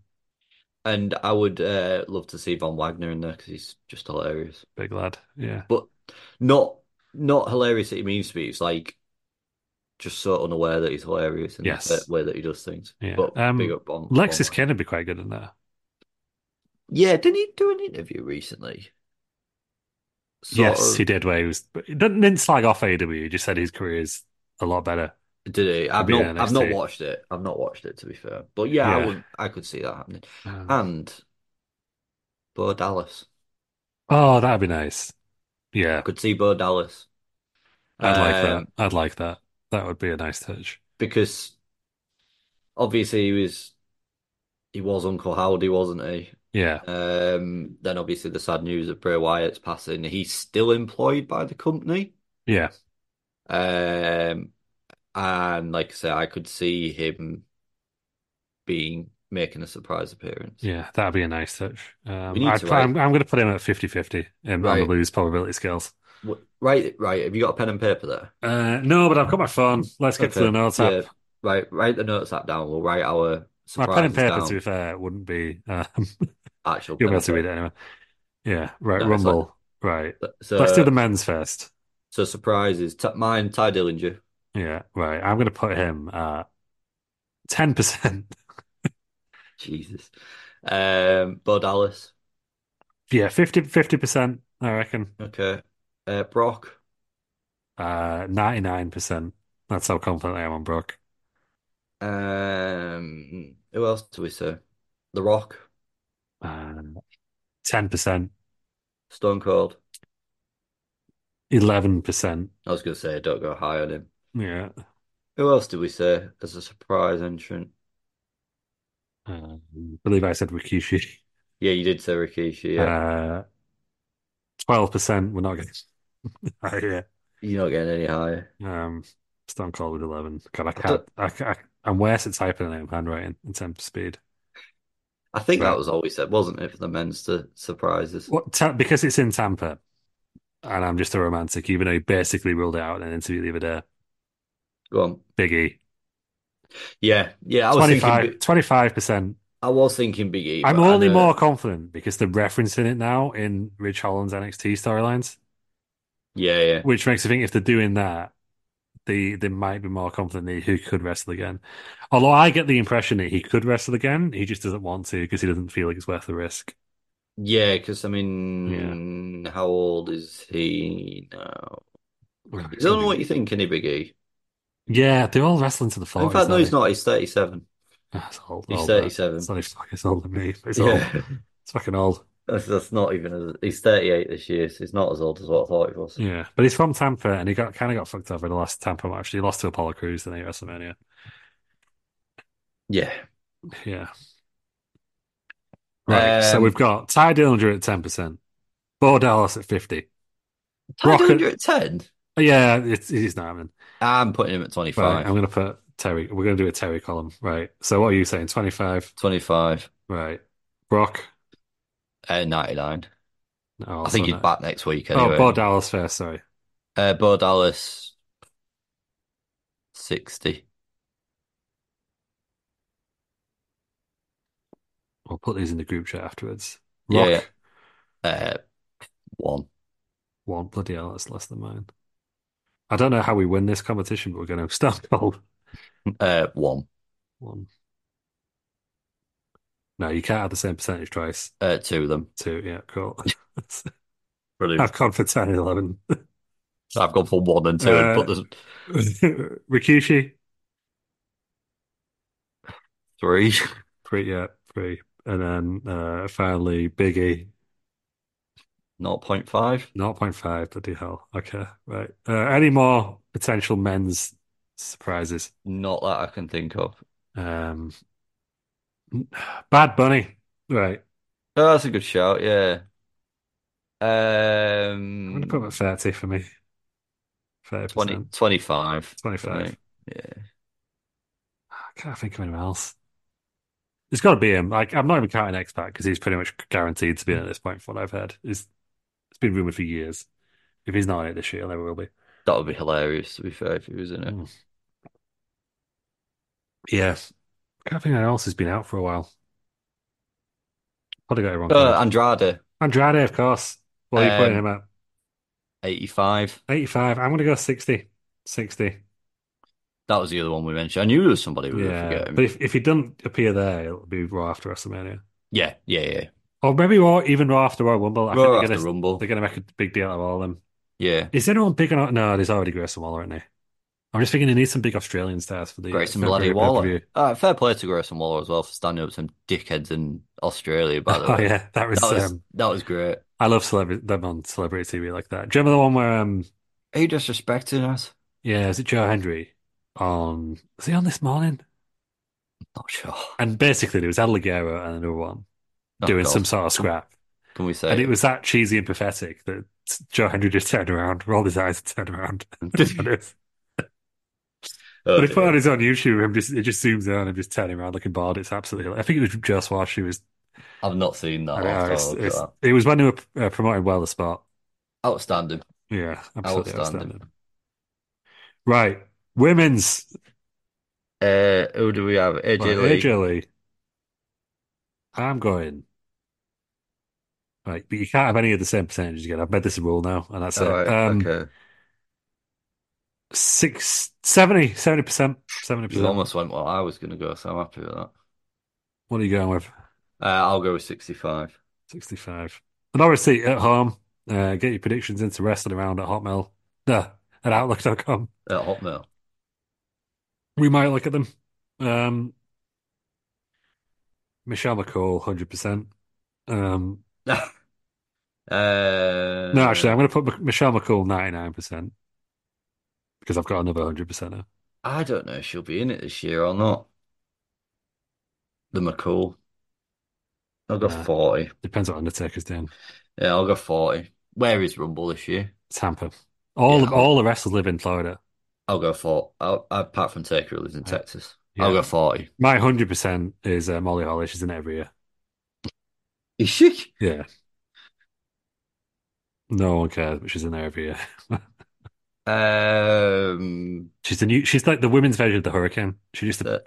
S1: and I would uh, love to see Von Wagner in there because he's just hilarious.
S2: Big lad, yeah.
S1: But not not hilarious that he means to be. It's like just so unaware that he's hilarious and
S2: Yes.
S1: the way that he does things.
S2: Yeah.
S1: But
S2: Um,
S1: big up on
S2: Lexus
S1: on-
S2: Ken would be quite good in there.
S1: Yeah, didn't he do an interview recently? Sort
S2: Yes,
S1: of-
S2: he did. Where he was, but he didn't, didn't slag off AEW. He just said his career's a lot better.
S1: Did he? I've
S2: Could be
S1: not,
S2: in
S1: I've not
S2: NXT.
S1: watched it. I've not watched it to be fair. But yeah, I
S2: Yeah.
S1: would, I could see that happening.
S2: Um,
S1: And Bo Dallas,
S2: oh, that'd be nice. Yeah,
S1: I could see Bo Dallas
S2: I'd like
S1: Um,
S2: that. I'd like that. That would be a nice touch.
S1: because obviously he was, he was Uncle Howdy, wasn't he?
S2: Yeah,
S1: Um, then obviously the sad news of Bray Wyatt's passing. He's still employed by the company.
S2: yeah,
S1: Um, and like I say, I could see him being making a surprise appearance.
S2: yeah. That'd be a nice touch. Um,
S1: We need
S2: I'd,
S1: to
S2: put- I'm,
S1: write-
S2: I'm going to put him at 50-50 in, on
S1: Right.
S2: the lose probability scales.
S1: Wh- Right, right. Have you got a pen and paper there?
S2: Uh, no, but I've got my phone. Let's get to the
S1: Okay,
S2: notes
S1: yeah.
S2: app.
S1: Right, write the notes app down. We'll write our
S2: My pen
S1: surprises
S2: and paper,
S1: down.
S2: to be fair, wouldn't be. Um,
S1: Actual pen
S2: you'll be able
S1: and
S2: to read it
S1: paper.
S2: anyway. Yeah, right.
S1: No, it's
S2: Rumble. Right.
S1: So,
S2: Let's do the men's first.
S1: so surprises. T- mine, Ty Dillinger.
S2: Yeah, right. I'm going to put him at 10%.
S1: Jesus. Um, Bo Dallas.
S2: Yeah, 50, 50%, I reckon.
S1: Okay. Uh, Brock.
S2: Uh, 99%. That's how confident I am on Brooke.
S1: Um, who else do we say? The Rock,
S2: Um, 10%,
S1: Stone Cold.
S2: 11%.
S1: I was gonna say don't go high on him.
S2: Yeah.
S1: Who else did we say as a surprise entrant?
S2: Um, I believe I said Rikishi.
S1: Yeah, you did say Rikishi. Yeah,
S2: Uh, 12%. We're not getting. Oh, yeah.
S1: you're not getting any higher.
S2: Um, Stone Cold with 11. God, I
S1: don't-
S2: can't. I, ca- I, I'm worse at typing than I am handwriting in terms of speed.
S1: I think that
S2: Right.
S1: was all we said, wasn't it, for the men's to surprises?
S2: What, ta because it's in Tampa, and I'm just a romantic, even though he basically ruled it out in an interview the other day.
S1: Go on.
S2: Biggie,
S1: Yeah, yeah. I was thinking.
S2: 25
S1: Bi-
S2: 25%.
S1: I was thinking Big E,
S2: I'm
S1: but I
S2: only
S1: know-
S2: more confident because they're referencing it now in Ridge Holland's NXT storylines,
S1: Yeah, yeah.
S2: which makes me think if they're doing that, they they might be more confident that he could wrestle again. Although I get the impression that he could wrestle again, he just doesn't want to because he doesn't feel like it's worth the risk.
S1: Yeah, because I mean, how old is he now? You don't know what you think, any Big E?
S2: Yeah, they're all wrestling to the
S1: In
S2: floor.
S1: fact, no, he's not. He's 37.
S2: That's old.
S1: He's
S2: old,
S1: 37.
S2: It's not even fucking it's older than me. It's old.
S1: Yeah.
S2: It's fucking old.
S1: That's, that's not even as he's 38 this year, so he's not as old as what I thought he was.
S2: Yeah, but he's from Tampa, and he got kind of got fucked over in the last Tampa match. He lost to Apollo Crews in the WrestleMania.
S1: Yeah.
S2: Yeah. Right. so
S1: Um,
S2: we've got Ty Dillinger at ten percent, Bo Dallas at fifty.
S1: Ty
S2: Rocket-
S1: Dillinger at 10.
S2: Yeah, it's it's not happening.
S1: I'm putting him at
S2: Right.
S1: 25.
S2: I'm gonna put Terry. We're gonna do a Terry column. Right. So what are you saying? Twenty five.
S1: 25
S2: Right. Brock.
S1: uh, 99.
S2: No,
S1: I think
S2: also
S1: he's
S2: not-
S1: back next week
S2: Oh, Bo
S1: anyway.
S2: Dallas first. Sorry.
S1: Uh, Bo Dallas 60.
S2: We'll put these in the group chat afterwards.
S1: Yeah,
S2: Rock.
S1: yeah. Uh, one.
S2: One bloody hell, that's less than mine. I don't know how we win this competition, but we're going to start cold.
S1: Uh, one.
S2: One. No, you can't have the same percentage twice.
S1: Uh, two of them.
S2: Two, yeah, cool.
S1: Brilliant.
S2: I've gone for 10 and 11.
S1: I've gone for one and two and
S2: Uh,
S1: put the
S2: Rikishi,
S1: three.
S2: three, yeah, three. And then uh, finally, Biggie,
S1: 0.5.
S2: 0.5, bloody hell. Okay, right. Uh, any more potential men's surprises?
S1: Not that I can think of.
S2: Um, Bad Bunny. Right.
S1: Oh, that's a good shout. Yeah.
S2: I'm going to
S1: Um,
S2: put him at 30 for me. 30%.
S1: 20, 25.
S2: 25.
S1: Right. Yeah.
S2: I can't think of anyone else. It's got to be him. Like I'm not even counting X Pac because he's pretty much guaranteed to be in at this point. From what I've heard, it's it's been rumored for years. If he's not in it this year, he never will be.
S1: That would be hilarious, to be fair, if he was in it.
S2: Mm. Yeah, I can't think anyone else has been out for a while. Probably got it wrong.
S1: Uh, Andrade,
S2: Andrade, of course. What are you putting
S1: Um,
S2: him at?
S1: 85.
S2: 85. I'm going to go 60. 60.
S1: That was the other one we mentioned. I knew there was somebody we were
S2: Yeah.
S1: forgetting.
S2: But if, if he doesn't appear there, it'll be Raw after WrestleMania.
S1: Yeah, yeah, yeah.
S2: Or maybe Raw, even Raw after Royal Rumble. I think
S1: Raw
S2: they're
S1: after
S2: gonna-
S1: Rumble.
S2: They're going to make a big deal out of all of them.
S1: Yeah.
S2: Is anyone big enough? No, there's already Grayson Waller, isn't there? I'm just thinking they need some big Australian stars for the
S1: Grayson
S2: for the
S1: bloody
S2: pay-per-view.
S1: Waller. Uh, fair play to Grayson Waller as well for standing up to some dickheads in Australia, by the
S2: Oh
S1: way.
S2: yeah, that was,
S1: That was,
S2: um,
S1: that was great.
S2: I love celebrity them on celebrity TV like that. Do you remember the one where um
S1: Are you disrespecting us?
S2: yeah, is it Joe Henry on was he on this morning?
S1: Not sure.
S2: And basically there was Ed Ligero and another one
S1: Oh,
S2: doing
S1: God.
S2: some sort of scrap.
S1: Can we say
S2: And it was that cheesy and pathetic that Joe Henry just turned around, rolled his eyes and turned around.
S1: Oh,
S2: But if
S1: dear.
S2: on his on YouTube, him just it just zooms out and him just turning around looking bald. It's absolutely I think it was just while she was
S1: I've not seen that.
S2: I
S1: I'll
S2: know,
S1: have to
S2: it's-
S1: look at
S2: it's-
S1: that.
S2: it was when they were uh, promoting well the spot.
S1: Outstanding.
S2: Yeah, absolutely
S1: Outstanding.
S2: outstanding. Right, women's
S1: Uh, who do we have? AJ
S2: right,
S1: Lee.
S2: AJ Lee. I'm going. Right, but you can't have any of the same percentages again. I've made this a rule now, and that's it.
S1: All right,
S2: Um,
S1: okay.
S2: six, 70, 70 percent, seventy
S1: You
S2: percent.
S1: almost went what I was going to go, so I'm happy with that.
S2: What are you going with?
S1: Uh, I'll go with 65.
S2: Sixty-five. And obviously at home, uh, get your predictions into wrestling around at Hotmail, no, at Outlook.com.
S1: At Hotmail.
S2: We might look at them. Um, Michelle McCall, hundred percent. Um,
S1: uh,
S2: No, actually, I'm going to put Mc- Michelle McCool 99% because I've got another 100% now.
S1: I don't know if she'll be in it this year or not. The McCool. I'll go
S2: Nah.
S1: 40.
S2: Depends what Undertaker's doing.
S1: Yeah, I'll go 40. Where is Rumble this year?
S2: Tampa. All
S1: Yeah,
S2: of,
S1: I'll-
S2: all the wrestlers live in Florida.
S1: I'll go 4. I'll, apart from Taker, who lives in
S2: Right.
S1: Texas. I'll
S2: Uh, Yeah.
S1: go 40.
S2: My 100% is uh, Molly Holly. She's in it every year.
S1: Is she?
S2: Yeah. No one cares, but she's in there every year.
S1: Um,
S2: She's the new. She's like the women's version of the Hurricane. She just
S1: th-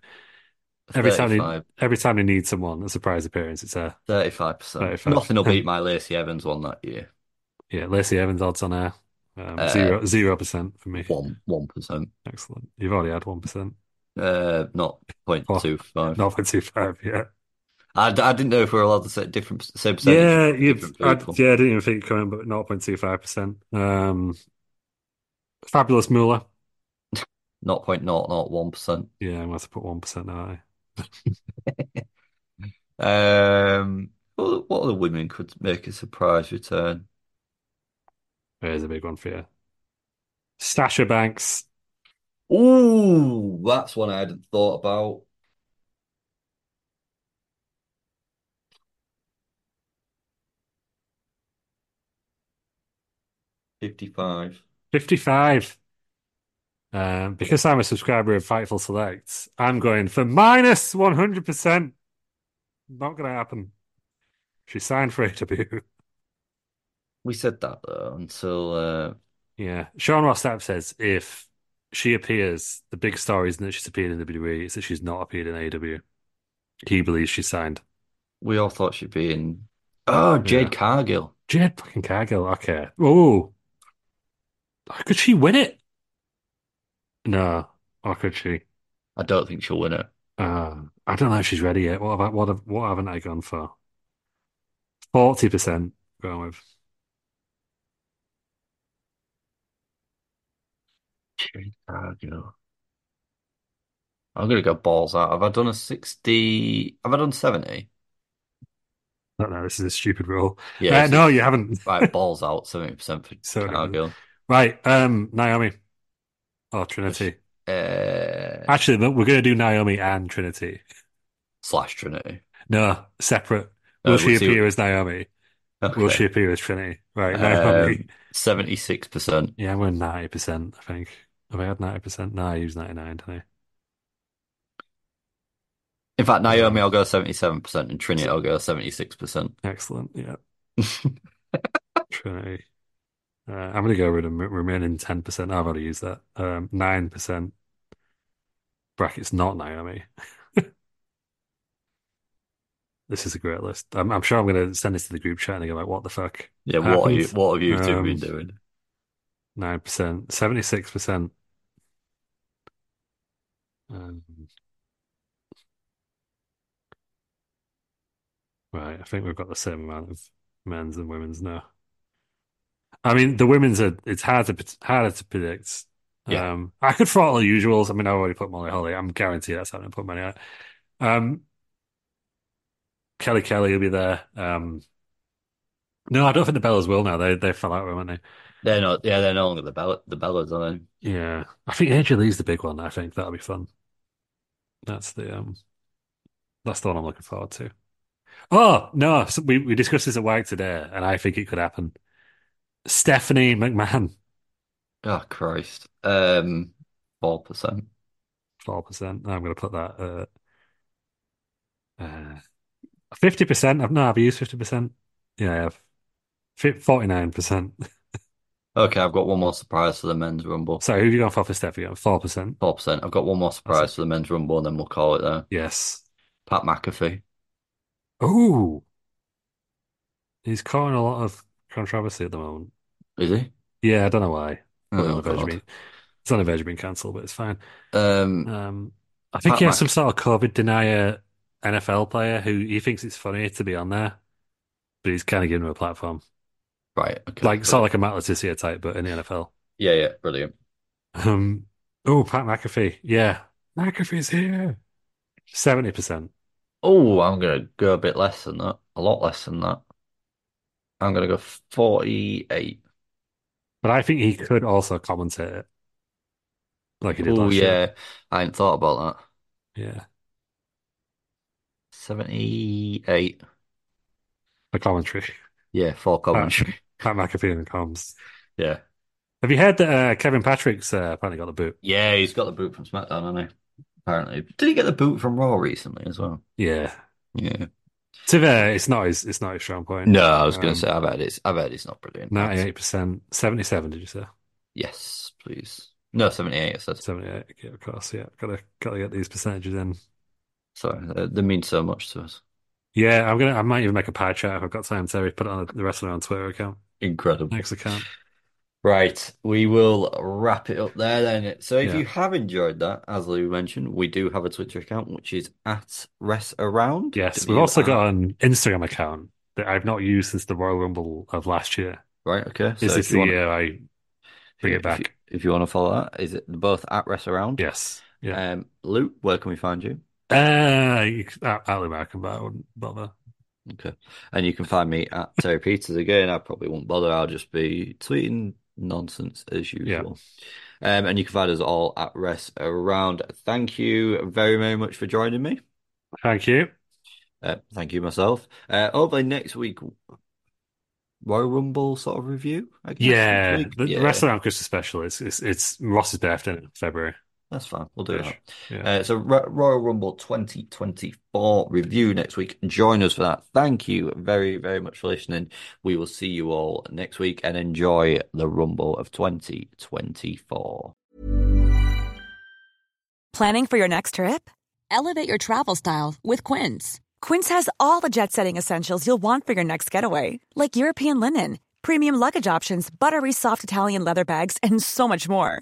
S2: every time they
S1: 35.
S2: every time they need someone a surprise appearance. It's her.
S1: 35%.
S2: 35.
S1: Nothing will beat my Lacey Evans one that year.
S2: Yeah, Lacey Evans odds on her. Um,
S1: Uh,
S2: zero zero percent for me.
S1: One, 1%.
S2: Excellent. You've already had one percent.
S1: Uh, not
S2: Oh,
S1: 0.25.
S2: Not too far. Yeah.
S1: I, I didn't know if we were allowed to say different, same percentage.
S2: Yeah, you
S1: different
S2: I,
S1: people.
S2: yeah, I didn't even think you'd come in, but 0.25%. Um, Fabulous Moolah.
S1: 0.001%.
S2: Yeah, I'm going to put 1% now.
S1: Um, what, what other women could make a surprise return?
S2: There's a big one for you. Stasha Banks.
S1: Ooh, that's one I hadn't thought about. Fifty-five.
S2: 55. Um, because I'm a subscriber of Fightful Select, I'm going for minus 100%. Not going to happen. She signed for AW.
S1: We said that though until uh,
S2: Yeah. Sean Ross Sapp says if she appears, the big story isn't that she's appeared in WWE, it's that she's not appeared in AEW. He believes she's signed.
S1: we all thought she'd be in. Oh, Jade
S2: Yeah.
S1: Cargill.
S2: Jade fucking Cargill, okay. Oh. Could she win it? No. Or could she?
S1: I don't think she'll win it.
S2: Uh, I don't know if she's ready yet. What about what have, what haven't I gone for? Forty percent going with.
S1: Jade Cargill. I'm gonna go balls out. Have I done a 60? Have I done 70?
S2: I don't know, this is a stupid rule.
S1: Yeah,
S2: Uh,
S1: so-
S2: no, you haven't.
S1: Right, balls out, 70% for
S2: So-
S1: Cargill.
S2: Right, um, Naomi. Or Trinity.
S1: Uh,
S2: Actually, look, we're going to do Naomi and Trinity.
S1: slash Trinity?
S2: No, separate. Will
S1: Uh,
S2: she
S1: we'll see-
S2: appear as Naomi? Will
S1: Okay.
S2: she appear as Trinity? Right, Naomi.
S1: Um, 76%.
S2: Yeah, we're ninety percent. I think. Have I had ninety percent? No, I used ninety nine today.
S1: In fact, Naomi, I'll go 77%, and Trinity, I'll go 76%.
S2: Excellent. Yeah, Trinity. Uh, I'm gonna go with the m- remaining ten percent. I've already used that. Um, nine percent. Brackets not Naomi. this is a great list. I'm, I'm sure I'm gonna send this to the group chat and they go like, "What the fuck?"
S1: Yeah, what are you,
S2: Happens.
S1: what have you two
S2: Um,
S1: been doing?
S2: Nine percent, seventy-six percent. Um, right, I think we've got the same amount of men's and women's now. I mean, the women's are it's hard to pred- harder to predict.
S1: Yeah.
S2: Um, I could throttle the usuals. I mean, I already put Molly Holly. I'm guaranteed that's how I'm gonna put money on. it. Um, Kelly Kelly will be there. Um, no, I don't think the Bellas will now. They they fell out, weren't they?
S1: They're not, yeah, they're no longer the Bell the Bellas, are they?
S2: Yeah, I think Angel Lee's the big one. I think that'll be fun. That's the um, that's the one I'm looking forward to. Oh no, so we we discussed this at Wag today, and I think it could happen. Stephanie McMahon,
S1: Oh, Christ. Um, 4%.
S2: four percent. I'm going to put that uh, fifty percent. I've no, I've used fifty percent. Yeah, I have forty nine percent.
S1: Okay, I've got one more surprise for the men's rumble.
S2: Sorry, who have you gone for for Steph? You got four percent.
S1: 4%. I've got one more surprise for the men's rumble, and then we'll call it there.
S2: Yes.
S1: Pat McAfee.
S2: Oh, he's causing a lot of controversy at the moment.
S1: Is he?
S2: Yeah, I don't know why. Probably
S1: Oh,
S2: on the verge of
S1: God.
S2: being, it's on the verge of being cancelled, but it's fine.
S1: Um,
S2: Um, I think
S1: Pat
S2: he
S1: Mac-
S2: has some sort of COVID denier NFL player who he thinks it's funny to be on there, but he's kind of giving him a platform,
S1: right, okay.
S2: like sort of like a Matt Letizia type, but in the NFL.
S1: Yeah, yeah, brilliant.
S2: Um, oh, Pat McAfee, yeah, McAfee's here, seventy percent.
S1: Oh, I'm gonna go a bit less than that, a lot less than that. I'm gonna go 48.
S2: But I think he could also commentate it, like he did
S1: Oh,
S2: last year.
S1: yeah, I hadn't thought about that.
S2: Yeah,
S1: 78.
S2: the commentary,
S1: Yeah, full commentary.
S2: Pat McAfee and the comms.
S1: Yeah.
S2: Have you heard that uh, Kevin Patrick's uh, apparently got the boot?
S1: Yeah, he's got the boot from SmackDown, hasn't he? Apparently. Did he get the boot from Raw recently as well?
S2: Yeah.
S1: Yeah.
S2: To there, it's not his it's not his strong point.
S1: No, I was gonna
S2: Um,
S1: say I've had it's I've had it's not brilliant.
S2: ninety eight percent seventy seven, did you say?
S1: Yes, please. No, 78, I said.
S2: Seventy eight, yeah, of course, yeah. Gotta gotta get these percentages in.
S1: Sorry, uh, they, they mean so much to us.
S2: Yeah, I'm gonna I might even make a pie chart if I've got time, Terry, put it on the wrestler on Twitter account.
S1: Incredible.
S2: Next account.
S1: Right, we will wrap it up there then. So if
S2: Yeah.
S1: you have enjoyed that, as Lou mentioned, we do have a Twitter account which is at Rest Around.
S2: Yes. We've also got an Instagram account that I've not used since the Royal Rumble of last year.
S1: Right, okay.
S2: Is
S1: So
S2: this
S1: if
S2: the
S1: you want
S2: year I bring it
S1: if you,
S2: back?
S1: if you want to follow that, is it both at Rest Around?
S2: Yes. Yeah.
S1: Um, Lou, where can we find you?
S2: Uh, you could- I, I don't know, I can, but I wouldn't bother.
S1: Okay. And you can find me at Terry Peters again. I probably won't bother. I'll just be tweeting nonsense as usual. Um, and you can find us all at Rest Around. Thank you very, very much for joining me.
S2: Thank you.
S1: Uh, thank you myself. Uh, hopefully next week, Royal Rumble sort of review, I guess,
S2: Yeah,
S1: next week.
S2: the, the
S1: Yeah,
S2: restaurant Christmas special. It's it's, it's Ross's birthday in February.
S1: that's fine. We'll do that.
S2: Yeah.
S1: Uh, so Ro- Royal Rumble 2024 review next week. Join us for that. Thank you very, very much for listening. We will see you all next week and enjoy the Rumble of 2024.
S5: Planning for your next trip? Elevate your travel style with Quince. Quince has all the jet setting essentials you'll want for your next getaway, like European linen, premium luggage options, buttery soft Italian leather bags, and so much more.